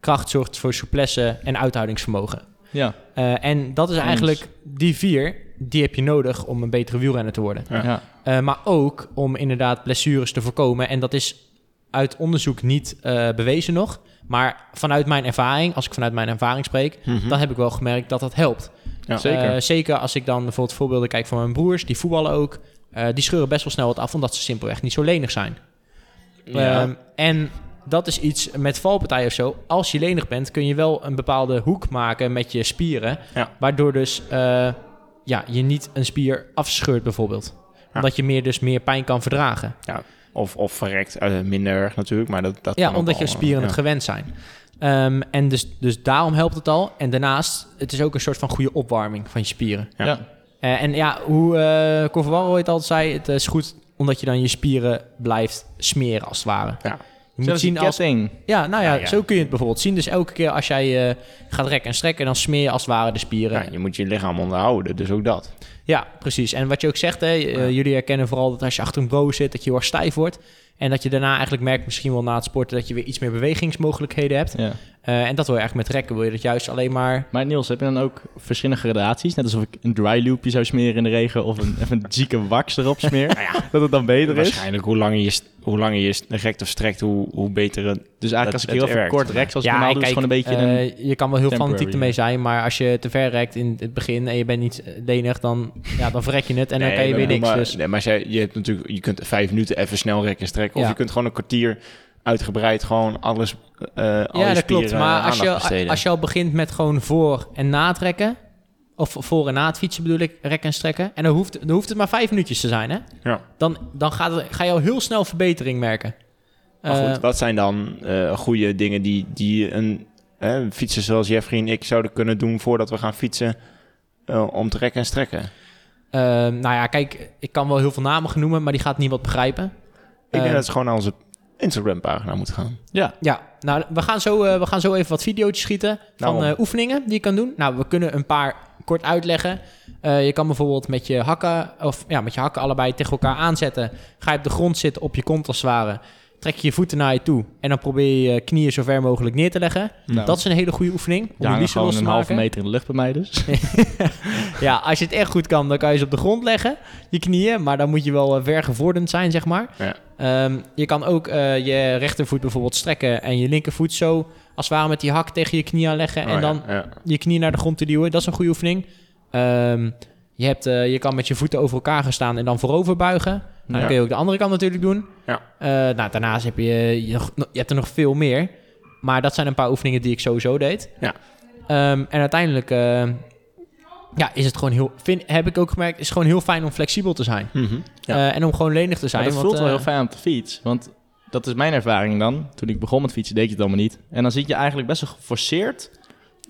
kracht zorgt voor souplesse en uithoudingsvermogen.
Ja.
Eh, en dat is
Eens.
eigenlijk die vier, die heb je nodig om een betere wielrenner te worden.
Ja.
ja.
Eh, maar ook om inderdaad blessures te voorkomen. En dat is uit onderzoek niet eh, bewezen nog. Maar vanuit mijn ervaring, als ik vanuit mijn ervaring spreek,
Mhm.
dan heb ik wel gemerkt dat dat helpt.
Ja.
Zeker.
Eh, zeker als ik dan bijvoorbeeld voorbeelden kijk van mijn broers, die voetballen ook. eh, die scheuren best wel snel wat af, omdat ze simpelweg niet zo lenig zijn.
Ja.
eh,
Ehm, en dat is iets met valpartijen of zo. Als je lenig bent, kun je wel een bepaalde hoek maken met je spieren.
Ja.
Waardoor dus eh, ja, je niet een spier afscheurt bijvoorbeeld. Omdat je meer, dus meer pijn kan verdragen.
Of, of verrekt, eh, minder erg natuurlijk, maar dat, dat
ja,
kan ook
omdat je
al,
spieren
eh,
het gewend zijn. Ehm, en dus, dus daarom helpt het al. En daarnaast, het is ook een soort van goede opwarming van je spieren.
Ja.
Ja.
Eh, en ja, hoe eh Corvallo het altijd zei, het is goed omdat je dan je spieren blijft smeren als het ware.
Ja.
Je moet zien als...
ketting.
Ja, nou ja,
Ah,
Ja, ja.
zo kun je het bijvoorbeeld zien. Dus elke keer als jij eh, gaat rekken en strekken, dan smeer je als het ware de spieren.
Ja, je moet je lichaam onderhouden, dus ook dat.
Ja, precies. En wat je ook zegt, hè, eh, jullie herkennen vooral dat als je achter een bureau zit, dat je heel erg stijf wordt. En dat je daarna eigenlijk merkt, misschien wel na het sporten, dat je weer iets meer bewegingsmogelijkheden hebt.
Ja.
Eh, en dat wil je eigenlijk met rekken, wil je dat juist alleen maar...
Maar Niels, heb je dan ook verschillende gradaties? Net alsof ik een dry loopje zou smeren in de regen of een, even een zieke wax erop smeer.
Nou
Dat het dan beter is.
Waarschijnlijk hoe langer je, st- hoe langer je st- rekt of strekt, hoe, hoe beter het...
Dus eigenlijk
Dat-
als ik
het
heel even
werkt.
kort rechts als ik
en
normaal doe, is
kijk,
gewoon een beetje een...
eh, je kan wel heel
temporary.
fanatiek ermee zijn, maar als je te ver rekt in het begin en je bent niet eh, lenig, dan, ja, dan verrek je het en dan
Nee,
kan je weer
maar-
niks.
Maar,
dus.
nee, maar zij- je, hebt natuurlijk, je kunt vijf minuten even snel rekken en strekken.
Ja.
Of je kunt gewoon een kwartier uitgebreid gewoon alles, eh al
ja,
je
dat klopt.
spieren,
Maar
eh,
als
aandacht
je,
besteden.
als je al begint met gewoon voor- en natrekken, of voor- en na het fietsen bedoel ik, rekken en strekken, en dan hoeft, dan hoeft het maar vijf minuutjes te zijn, hè?
Ja.
Dan, dan gaat het- ga je al heel snel verbetering merken.
Maar
Eh,
goed, wat zijn dan eh, goede dingen die, die een eh, fietser zoals Jeffrey en ik zouden kunnen doen voordat we gaan fietsen eh, om te rekken en strekken?
eh, nou ja, kijk, ik kan wel heel veel namen genoemen, maar die gaat niemand begrijpen.
ik
Eh,
denk dat ze gewoon naar onze Instagram-pagina moeten gaan.
Ja, nou, we gaan zo, eh, we gaan zo even wat video's schieten van
Nou,
Daarom.
eh, oefeningen die je kan doen. Nou, we kunnen een paar kort uitleggen. Eh, je kan bijvoorbeeld met je hakken, of ja, met je hakken allebei tegen elkaar aanzetten. Ga je op de grond zitten, op je kont als het ware. Trek je je voeten naar je toe en dan probeer je je knieën zo ver mogelijk neer te leggen.
nou,
eh, Dat is een hele goede oefening. Om
ja,
je
dan
liefst
gewoon
los
een
te
halve
maken.
meter in de lucht bij mij dus.
Ja, als je het echt goed kan, dan kan je ze op de grond leggen, je knieën. Maar dan moet je wel eh, vergevorderd zijn, zeg maar.
Ja.
Ehm, je kan ook eh, je rechtervoet bijvoorbeeld strekken en je linkervoet zo als het ware met die hak tegen je knie aanleggen.
Oh,
en dan
ja, ja.
je knie naar de grond te duwen. Dat is een goede oefening. Ehm, je, hebt, eh, je kan met je voeten over elkaar gaan staan en dan voorover buigen. Nou,
Ja.
Dat kun je ook de andere kant natuurlijk doen.
Ja.
Eh, nou, daarnaast heb je, je, nog- je hebt er nog veel meer. Maar dat zijn een paar oefeningen die ik sowieso deed.
Ja.
Ehm, en uiteindelijk eh, ja, is het gewoon heel, vind, heb ik ook gemerkt, is het gewoon heel fijn om flexibel te zijn.
Mhm. Ja.
Eh, en om gewoon lenig te zijn.
Maar dat
want,
voelt wel
eh,
heel fijn op de fiets. Want dat is mijn ervaring dan. Toen ik begon met fietsen, deed je het allemaal niet. En dan zit je eigenlijk best wel geforceerd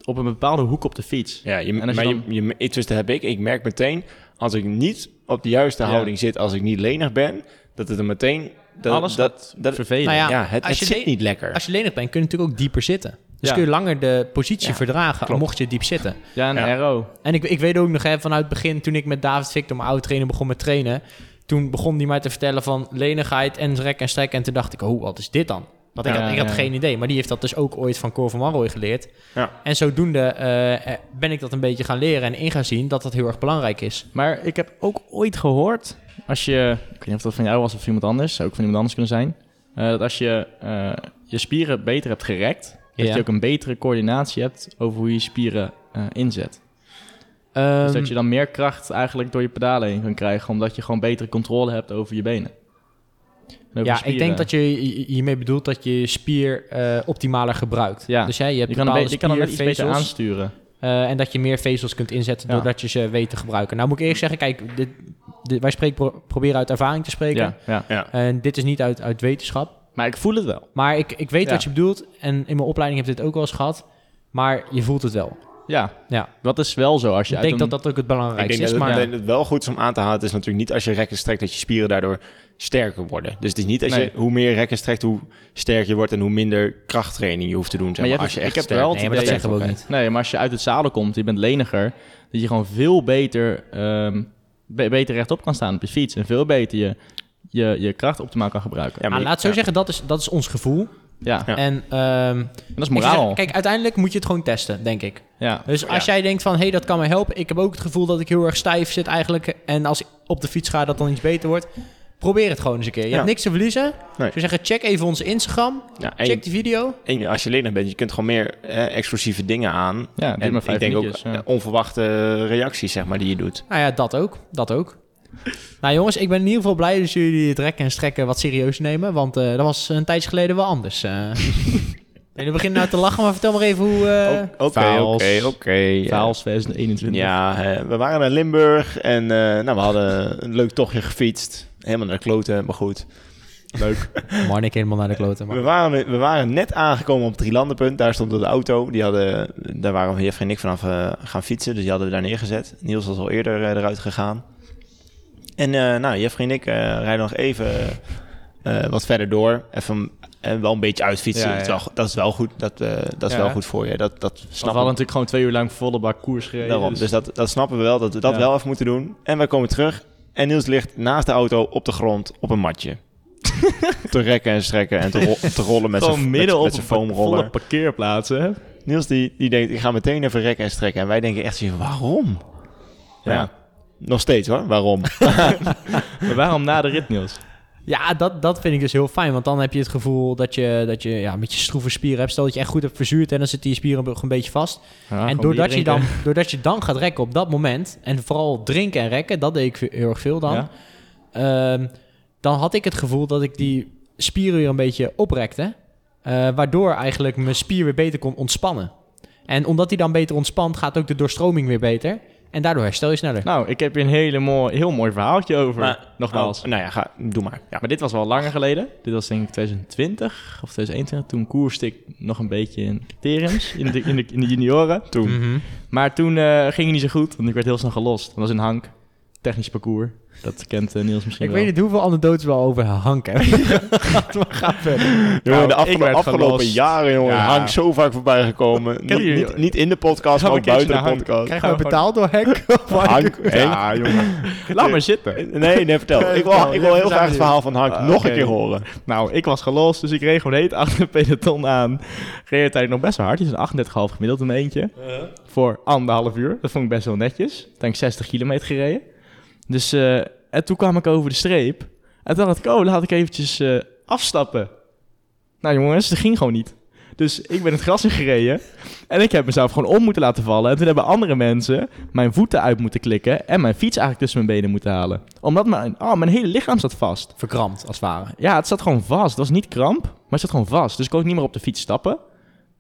op een bepaalde hoek op de fiets.
Ja, je,
En als
maar
je
je, je, ik- dus dat heb ik. Ik merk meteen, als ik niet op de juiste
Ja.
houding zit, als ik niet lenig ben, dat het er meteen... Dat,
Alles
dat, dat,
Vervelend.
Nou
ja,
ja,
het,
als
het
je
zit
le-
niet lekker.
Als je lenig bent, kun je natuurlijk ook dieper zitten. Dus
Ja.
kun je langer de positie
Ja,
verdragen,
klopt.
mocht je diep zitten.
Ja, een
Ja.
arrow.
En ik, ik weet ook nog, hè, vanuit het begin, toen ik met David Victor, mijn oude trainer, begon met trainen. Toen begon hij mij te vertellen van lenigheid en rek en strekken. En toen dacht ik, oh, wat is dit dan? Want ik,
Ja,
had, ik had
ja, ja.
geen idee. Maar die heeft dat dus ook ooit van Cor van Marrooy geleerd.
Ja.
En zodoende eh, eh, ben ik dat een beetje gaan leren en in gaan zien dat dat heel erg belangrijk is.
Maar ik heb ook ooit gehoord, als je, ik weet niet of dat van jou was of van iemand anders, zou ook van iemand anders kunnen zijn, eh, dat als je eh, je spieren beter hebt gerekt, dat
Ja.
je ook een betere coördinatie hebt over hoe je je spieren eh, inzet. dus
Ehm,
dat je dan meer kracht eigenlijk door je pedalen heen kan krijgen, omdat je gewoon betere controle hebt over je benen.
ja, ik denk dat je hi- hiermee bedoelt dat je je spier eh, optimaler gebruikt.
Ja.
Dus hè, je hebt
je kan, een
bepaalde
be- je kan hem net iets beter
spiervezels.
aansturen.
Eh, en dat je meer vezels kunt inzetten
Ja.
doordat je ze weet te gebruiken. Nou moet ik eerlijk zeggen, kijk, dit, dit- wij spreken, pro- proberen uit ervaring te spreken.
Ja, ja.
En dit is niet uit, uit wetenschap.
Maar ik voel het wel.
Maar ik, ik weet
Ja.
wat je bedoelt. En in mijn opleiding heb ik dit ook wel eens gehad. Maar je voelt het wel.
Ja.
Ja.
Dat is wel zo als
ik
je uit
denk
een-
dat dat ook het
Ik
belangrijkste
denk dat
is.
het,
Maar
dat het wel goed is om aan te halen. Het is natuurlijk niet als je rekken strekt dat je spieren daardoor sterker worden. Dus het is niet als
Nee.
je hoe meer rekken strekt, hoe sterker je wordt en hoe minder krachttraining je hoeft te doen. Zeg
Maar
maar,
je hebt
als je echt
het- ik heb
sterk
wel
bent.
het
nee, maar dat
idee-
zeggen we ook niet.
Nee, maar als je uit het zadel komt, je bent leniger, dat je gewoon veel beter, ehm, be- beter rechtop kan staan op je fiets. En veel beter je, je, je kracht optimaal kan gebruiken.
Ja,
Maar Ah, laat het zo
ja.
zeggen, dat is, dat is ons gevoel.
Ja,
Ja.
En ehm,
En dat is
ik zou zeggen,
moraal.
kijk, uiteindelijk moet je het gewoon testen, denk ik.
Ja.
Dus als jij denkt van, hé, hey, dat kan me helpen. Ik heb ook het gevoel dat ik heel erg stijf zit eigenlijk. En als ik op de fiets ga, dat dan iets beter wordt. Probeer het gewoon eens een keer. Je
Ja.
hebt niks te verliezen.
Nee.
Ik zou zeggen, check even onze Instagram.
Ja, en,
Check die video.
en als je lenig bent, je kunt gewoon meer eh, explosieve dingen aan.
Ja, doe
en
maar vijf
ik denk
minuutjes,
ook
ja.
eh, onverwachte reacties, zeg maar, die je doet.
Nou ja, dat ook. Dat ook. nou jongens, ik ben in ieder geval blij dat jullie het rekken en strekken wat serieus nemen. Want eh, dat was een tijdje geleden wel anders. eh. Jullie beginnen nou te lachen, maar vertel maar even hoe... eh,
Oké, Oké,
Faals.
oké, oké. ja.
Faals eh. 2021.
Ja, eh, we waren naar Limburg en eh, nou, we hadden een leuk tochtje gefietst. Helemaal naar de kloten, maar goed.
Leuk.
Marnik helemaal naar de kloten.
We
Maar...
waren, we waren net aangekomen op het Drielandenpunt. Daar stond de auto. Die hadden, daar waren Jeffrey en ik vanaf eh, gaan fietsen. Dus die hadden we daar neergezet. Niels was al eerder eh, eruit gegaan. En eh nou, Jeffrey en ik eh, rijden nog even eh, wat verder door. Even eh, wel een beetje uitfietsen.
Ja, ja.
Dat, is wel, dat is wel goed. Dat, eh, dat is
Ja.
wel goed voor je. Dat, dat
We
snap
hadden
ik.
natuurlijk gewoon twee uur lang volle bak koers gereden.
Daarom.
dus-
Dus dat, dat snappen we wel, dat we dat
Ja.
wel even moeten doen. En wij komen terug. En Niels ligt naast de auto op de grond op een matje. te rekken en strekken en te, ro- te rollen met
gewoon
zijn met,
midden
met
op
zijn
een pa- volle
foamroller.
parkeerplaats, hè?
Niels die, die denkt, ik ga meteen even rekken en strekken. En wij denken echt, zo, waarom? Ja.
Ja.
Nog steeds hoor, waarom?
Maar waarom na de rit, Niels?
Ja, dat, dat vind ik dus heel fijn. Want dan heb je het gevoel dat je, dat je ja, een beetje stroeve spieren hebt. Stel dat je echt goed hebt verzuurd en dan zitten je spieren nog een beetje vast. en doordat je, dan, doordat je dan gaat rekken op dat moment... en vooral drinken en rekken, dat deed ik ve- heel erg veel dan...
Ja.
ehm, dan had ik het gevoel dat ik die spieren weer een beetje oprekte. eh, waardoor eigenlijk mijn spier weer beter kon ontspannen. En omdat die dan beter ontspant, gaat ook de doorstroming weer beter. En daardoor herstel je sneller.
Nou, ik heb hier een hele mooi, heel mooi verhaaltje over.
Maar-
Nogmaals.
nou ja, ga, doe maar. Ja.
Maar dit was wel langer geleden. Dit was denk ik 2020 of 2021. Toen koerste ik nog een beetje in Terens, in de, in de, in de junioren. Toen.
Mhm.
Maar toen eh, ging het niet zo goed, want ik werd heel snel gelost. Dat was in Hank. Technisch parcours. Dat kent eh, Niels misschien
Ik
wel.
weet niet hoeveel anekdotes we al over Hank hebben.
Jongen,
Nou,
de
ik
afgelo-
werd
afgelopen
gelost.
jaren, jongen,
Ja.
Hank zo vaak voorbij gekomen. Niet,
jullie-
niet, niet in de podcast,
Gaan
maar
we
ook
een keertje
buiten de
naar Hank?
podcast.
Krijgen
Gaan we
we
betaald door Henk?
Hank, Henk,
gewoon- Laat maar zitten.
Nee, nee, vertel. Ik wil, ik wil heel graag het verhaal van Hank
Ah,
nog
oké.
een keer horen.
Nou, ik was gelost, dus ik reed gewoon heet achter het peloton aan. Reed uiteindelijk nog best wel hard. Het is een 38,5 gemiddeld in mijn eentje. Voor anderhalf uur. Dat vond ik best wel netjes. Uiteindelijk 60 kilometer gereden. Dus, eh, en toen kwam ik over de streep. En toen dacht ik, oh, laat ik eventjes eh, afstappen. Nou jongens, dat ging gewoon niet. Dus ik ben het gras ingereden. En ik heb mezelf gewoon om moeten laten vallen. En toen hebben andere mensen mijn voeten uit moeten klikken. En mijn fiets eigenlijk tussen mijn benen moeten halen. Omdat mijn, oh, mijn hele lichaam zat vast.
Verkrampt, als het ware.
Ja, het zat gewoon vast. Het was niet kramp, maar het zat gewoon vast. Dus ik kon ook niet meer op de fiets stappen.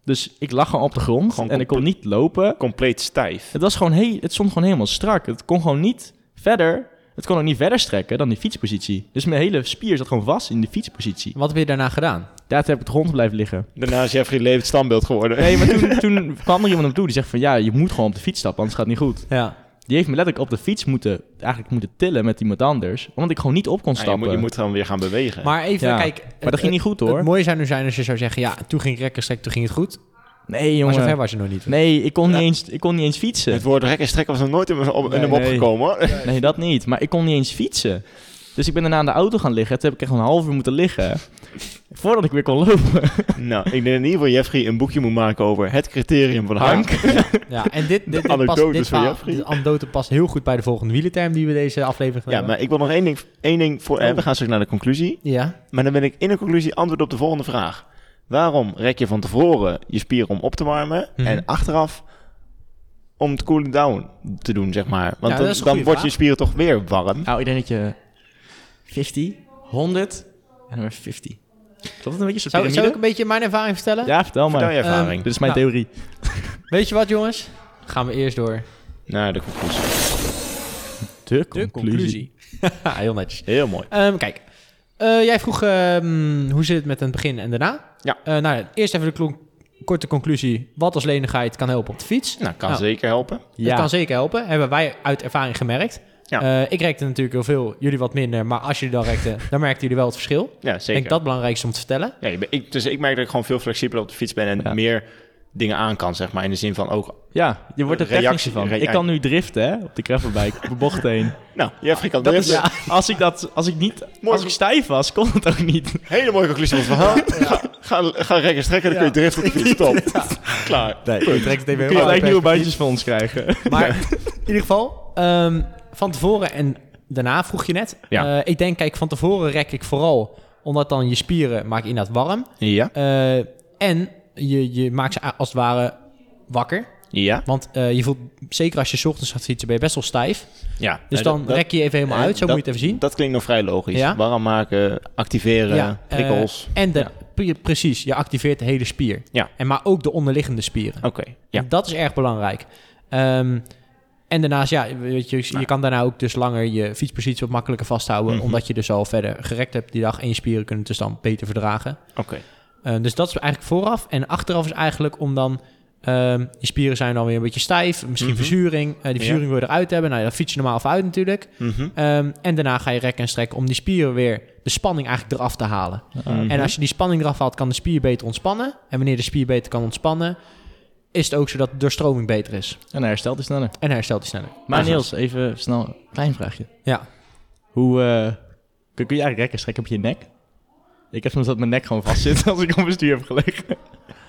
Dus ik lag gewoon op de grond
Gewoon
en ik kon niet lopen.
compleet stijf.
Het, was gewoon heel, het stond gewoon helemaal strak. Het kon gewoon niet verder. Het kon ook niet verder strekken dan die fietspositie. Dus mijn hele spier zat gewoon vast in die fietspositie.
Wat heb je daarna gedaan?
Daar heb ik op de grond blijven liggen.
Daarna is Jeffrey levend standbeeld geworden.
Nee, maar toen, toen kwam er iemand hem toe die zegt van... Ja, je moet gewoon op de fiets stappen, anders gaat het niet goed.
Ja.
Die heeft me letterlijk op de fiets moeten... Eigenlijk moeten tillen met iemand anders. Omdat ik gewoon niet op kon
Ja, je,
stappen.
moet, je moet gewoon weer gaan bewegen.
Maar even,
Ja.
kijk.
Maar dat ging niet goed hoor.
Het mooie zou nu zijn als je zou zeggen, ja, toen ging ik rekken strek, toen ging het goed.
Nee
Maar zover
jongen.
was je nog niet.
Nee, ik kon, niet eens, ik kon niet eens fietsen.
het woord rek en strekken was nog nooit in, mijn- op, in
Nee,
hem
nee.
opgekomen. hoor.
Nee, dat niet. Maar ik kon niet eens fietsen. Dus ik ben daarna aan de auto gaan liggen. Toen heb ik echt een half uur moeten liggen. Voordat ik weer kon lopen.
nou, ik denk in ieder geval Jeffrey een boekje moet maken over het criterium van Hank.
Ja, en dit, dit, dit, past,
anekdotes
dit
van
verhaal-
Jeffrey.
dit anekdote past heel goed bij de volgende wielerterm die we deze aflevering gaan
Ja,
hebben.
maar ik wil nog één ding, één ding voor... eh, we gaan straks naar de conclusie.
Ja.
Maar dan ben ik in de conclusie antwoord op de volgende vraag. Waarom rek je van tevoren je spieren om op te warmen
Mhm.
en achteraf om het cooling down te doen, zeg maar? Want
Ja, dat
dan,
is een
dan
goede
wordt je
vraag.
spieren toch weer warm.
Nou, ik denk dat je... 50, 100 en dan weer 50. Klopt dat een beetje?
Zou,
Zo'n
zou ik
piramide?
een beetje mijn ervaring vertellen?
Ja, vertel maar.
Vertel je ervaring.
Dit is mijn
Nou.
theorie.
Weet je wat, jongens? Gaan we eerst door.
Naar de conclusie.
De
De conclusie. heel netjes.
Heel mooi.
Ehm, kijk, Eh, jij vroeg ehm, hoe zit het met het begin en daarna?
Ja.
Eh, nou, eerst even de klonk- korte conclusie. Wat als lenigheid kan helpen op de fiets?
Nou, kan
Nou.
zeker helpen.
Dat
Ja.
kan zeker helpen. Hebben wij uit ervaring gemerkt.
Ja.
Eh, ik rekte natuurlijk heel veel, jullie wat minder. Maar als jullie dan rekten, dan merkten jullie wel het verschil. Ik
Ja, zeker.
denk dat het belangrijkste om te vertellen.
Ja, ik ben- ik, dus ik merk dat ik gewoon veel flexibeler op de fiets ben en
Ja.
meer dingen aan kan, zeg maar. In de zin van ook...
Ja, je wordt er
Reactie-
technische van.
reactie.
Ik kan nu driften, hè, op de gravelbike, op de bocht heen.
Nou, Jeffrey kan
Dat is,
driften.
als ik dat, als ik niet, als ik stijf was, kon het ook niet.
Hele mooie conclusie van het verhaal. Ga, ga, ga rekken strekken, dan kun je driften op de fiets. Stop. Klaar.
Ik trek het even
Kun je
heel
gelijk nieuwe bandjes van ons krijgen.
Maar in ieder geval, ehm, van tevoren en daarna vroeg je net.
Ja.
Eh, ik denk, kijk, van tevoren rek ik vooral omdat dan je spieren maak je inderdaad warm.
Ja.
Eh, en je, je maakt ze a- als het ware wakker.
Ja.
Want eh, je voelt, zeker als je 's ochtends gaat fietsen, ben je best wel stijf.
ja.
Dus
Eh,
dan
dat-
rek je je even helemaal
eh,
uit. Zo
dat-
moet je het even zien.
Dat klinkt nog vrij logisch.
Ja.
Warm maken, activeren,
Ja, eh,
prikkels.
En de, pre- precies, je activeert de hele spier.
Ja.
eh, En maar ook de onderliggende spieren.
Oké. Ja.
En Dat is erg belangrijk. Ehm, En daarnaast, ja, weet je, je kan daarna ook dus langer je fietspositie wat makkelijker vasthouden.
Mhm.
Omdat je dus al verder gerekt hebt die dag. En je spieren kunnen het dus dan beter verdragen.
Oké.
Eh, dus dat is eigenlijk vooraf. En achteraf is eigenlijk om dan... ehm je spieren zijn dan weer een beetje stijf. Misschien
Mhm.
verzuring. Eh, die
Ja.
verzuring wil je eruit hebben. Nou, ja, dan fiets je normaal even uit natuurlijk.
Mhm.
Ehm, en daarna ga je rekken en strekken om die spieren weer de spanning eigenlijk eraf te halen.
Mhm.
En als je die spanning eraf haalt, kan de spier beter ontspannen. En wanneer de spier beter kan ontspannen, is het ook zo dat de doorstroming beter is.
En hij herstelt hij sneller.
En herstelt hij sneller.
Maar Niels, even snel een klein vraagje.
Ja.
Hoe eh, kun, kun je eigenlijk rekken strekken op je nek? Ik heb soms dat mijn nek gewoon vast zit als ik op mijn stuur heb gelegen.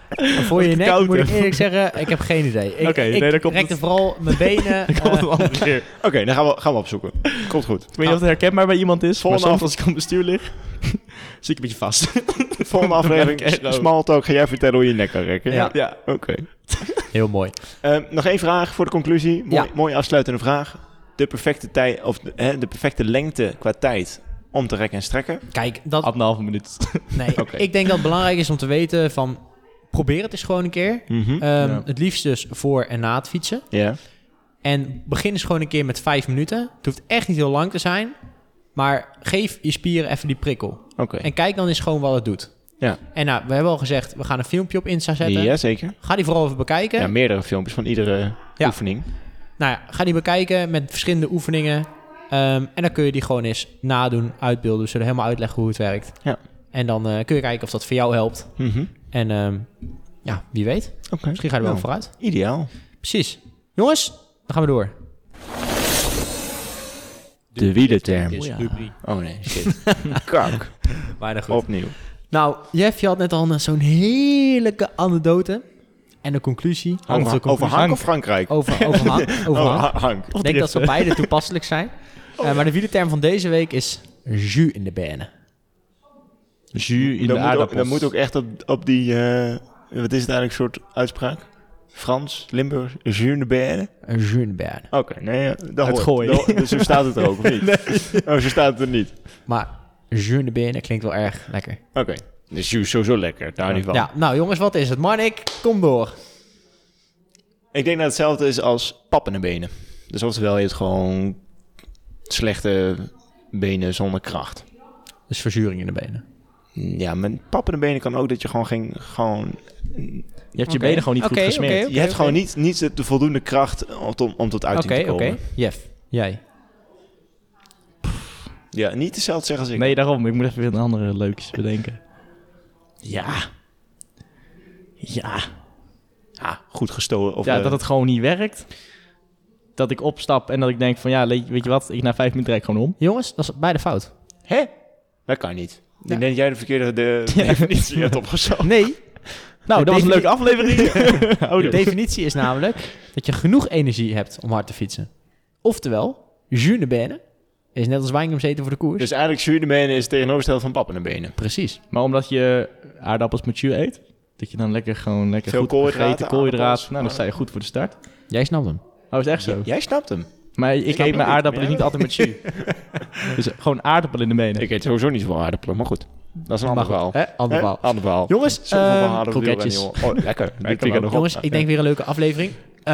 Maar voor je nek
koud
moet ik
heb.
eerlijk zeggen, ik heb geen idee. Ik,
Oké,
ik
nee, dan komt
rekte
het.
vooral mijn benen.
Ik had
eh,
het een andere keer.
Oké, dan gaan we, gaan we opzoeken. Komt goed.
Ik weet niet of het herkenbaar bij iemand is.
Volgende
maar soms
af-
als ik op mijn stuur lig, zit ik een beetje vast.
Volgende aflevering,
Oké, nou.
small talk, ga jij vertellen hoe je nek kan rekken.
Ja.
ja.
Oké.
heel mooi.
Eh, nog één vraag voor de conclusie. Mooi,
Ja.
mooie afsluitende vraag. De perfecte, tijd, of de, hè, de perfecte lengte qua tijd om te rekken en strekken.
Kijk, dat,
Anderhalve minuut.
nee,
Oké.
ik denk dat het belangrijk is om te weten van... Probeer het eens gewoon een keer.
Hm?
Ehm,
Ja.
Het liefst dus voor en na het fietsen.
Ja.
En begin eens gewoon een keer met vijf minuten. Het hoeft echt niet heel lang te zijn. Maar geef je spieren even die prikkel.
Oké.
En kijk dan eens gewoon wat het doet.
Ja.
En nou, we hebben al gezegd, we gaan een filmpje op Insta zetten.
Ja, zeker.
Ga die vooral even bekijken.
Ja, meerdere filmpjes van iedere
Ja.
oefening.
Nou ja, ga die bekijken met verschillende oefeningen. Ehm, en dan kun je die gewoon eens nadoen, uitbeelden. We zullen helemaal uitleggen hoe het werkt.
Ja.
En dan eh, kun je kijken of dat voor jou helpt.
Mhm.
En ehm, ja, wie weet.
Oké.
Misschien ga je er wel
Nou,
vooruit.
Ideaal.
Precies. Jongens, dan gaan we door.
De wielerterm.
rubriek.
Oh nee, shit. Kak.
Weinig goed.
Opnieuw.
Nou, Jeff, je had net al een- eh, zo'n heerlijke anekdote. En een conclusie
Hank.
Over, over Hank of Frankrijk?
over, over Hank. Over
Oh,
Hank.
Ha- Hank.
Ik denk dat ze beide toepasselijk zijn. Eh, maar de wielerterm van deze week is jus in de benen.
Jus
dat
in de
moet ook,
aardappels.
dat moet ook echt op, op die... eh, wat is het eigenlijk soort uitspraak? Frans, Limburg, June Berne.
Een jus in de benen.
Oké, nee, ja, dat
Het
hoort.
gooien.
Dat- dus zo staat het er ook, of niet? Oh, zo staat het er niet.
Maar jus in de benen klinkt wel erg lekker.
Oké. Dus jus is sowieso lekker, daar niet van.
Ja, nou jongens, wat is het? Marnik, kom door.
Ik denk dat hetzelfde is als pap in de benen. Dus oftewel, je hebt gewoon slechte benen zonder kracht.
Dus verzuring in de benen.
Ja, maar pap in de benen kan ook dat je gewoon geen... Gewoon,
Je hebt je
Oké.
benen gewoon niet
Oké,
goed gesmeerd.
oké.
je hebt gewoon niet, niet de- de voldoende kracht om, om tot uiting
Oké,
te
oké.
komen.
Jeff, jij.
Ja, niet hetzelfde zeggen als ik.
Nee, daarom. Ik moet even weer een andere leuks bedenken. Ja. Ja.
Ah, goed gestolen. Of,
ja,
eh,
dat het gewoon niet werkt. Dat ik opstap en dat ik denk van ja, le- weet je wat, ik na vijf minuten rijd ik gewoon om.
Jongens, dat is beide fout.
Hè? Dat kan niet. Ik denk dat jij de verkeerde de
Ja.
definitie hebt opgezocht.
Nee. Nou,
Nou, dat was
defini-
een leuke aflevering. Oh,
De definitie is namelijk dat je genoeg energie hebt om hard te fietsen. Oftewel, jus in de benen is net als wijngums eten voor de koers.
Dus eigenlijk zuur de benen is het tegenovergestelde van pap in de benen.
Precies.
Maar omdat je aardappels met jus eet, dat je dan lekker gewoon lekker
Veel
goed
koolhydraten,
gegeten, koolhydraten.
aardappels.
Nou, dan sta je goed voor de start.
Jij snapt hem.
Oh, is echt zo.
Jij snapt hem.
Maar ik
snap het
eet mijn
niet,
aardappelen
maar
niet altijd met jus. dus gewoon aardappel in de benen.
Ik eet sowieso niet zoveel aardappelen, maar goed. Dat is een ander verhaal.
Hè? Ander
Hè?
verhaal.
Ander verhaal.
Jongens,
Zoveel
ehm,
van aardappelen
kroketjes.
wil ik wel niet, jongen. Oh, eh, lekker. Die
Lekker,
pikken
man.
nog op.
Jongens, ik denk weer een leuke aflevering. Eh,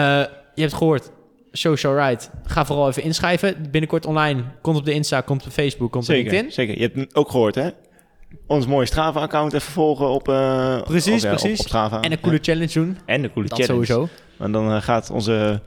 je hebt gehoord, Social Ride. Ga vooral even inschrijven. Binnenkort online. Komt op de Insta, komt op Facebook, komt op
Zeker,
LinkedIn.
zeker. Je hebt het ook gehoord, hè? Ons mooie Strava-account even volgen op, eh,
Precies,
of ja, op-
precies.
Op, Strava.
En een coole challenge doen.
Ja. en de coole
Dat
challenge.
sowieso.
En dan eh, gaat onze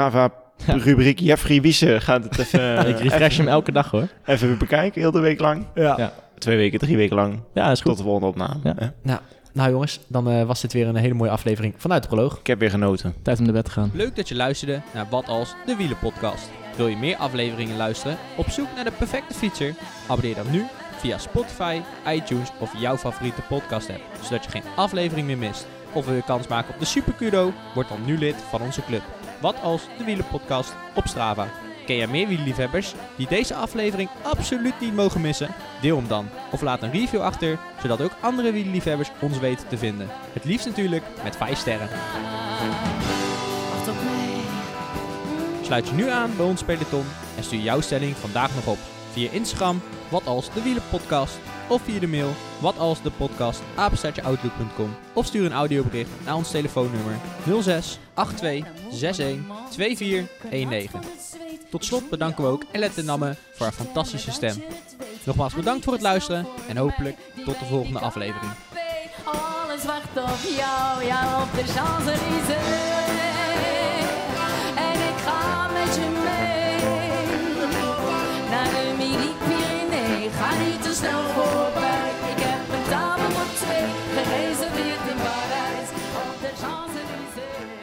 Strava-rubriek Jeffrey Wiese gaat het even,
Ik refresh hem elke dag hoor.
even bekijken, heel de week lang.
Ja.
Ja.
Twee weken, drie weken lang.
Ja, is goed.
Tot de volgende opname.
Ja.
hè.
Nou jongens, dan eh, was dit weer een hele mooie aflevering vanuit de proloog.
Ik heb weer genoten.
Tijd om naar bed te gaan.
Leuk dat je luisterde naar Wat als de Wielenpodcast. Wil je meer afleveringen luisteren? Op zoek naar de perfecte fietser? Abonneer dan nu via Spotify, iTunes of jouw favoriete podcast app, zodat je geen aflevering meer mist. Of wil je kans maken op de Supercudo? Word dan nu lid van onze club. Wat als de Wielenpodcast op Strava. Ken jij meer wielerliefhebbers die deze aflevering absoluut niet mogen missen? Deel hem dan of laat een review achter, zodat ook andere wielerliefhebbers ons weten te vinden. Het liefst natuurlijk met 5 sterren.
Ah, Wacht op mij.
Sluit je nu aan bij ons peloton en stuur jouw stelling vandaag nog op.
Via Instagram, wat als de wielenpodcast. Of via de mail, wat als de podcast, apenstaartjeoutlook.com. Of stuur een audiobericht naar ons telefoonnummer 06 82 61 2419. Tot slot bedanken we ook Ellen Namme voor haar fantastische stem. Nogmaals bedankt voor het luisteren en hopelijk tot de volgende aflevering.
Alles wacht op jou, ja op de Champs-Élysées. En ik ga met je mee naar de Midi-Pyrénées. Ga niet te snel voorbij, ik heb een tafel voor twee gereserveerd in Parijs op de Champs-Élysées.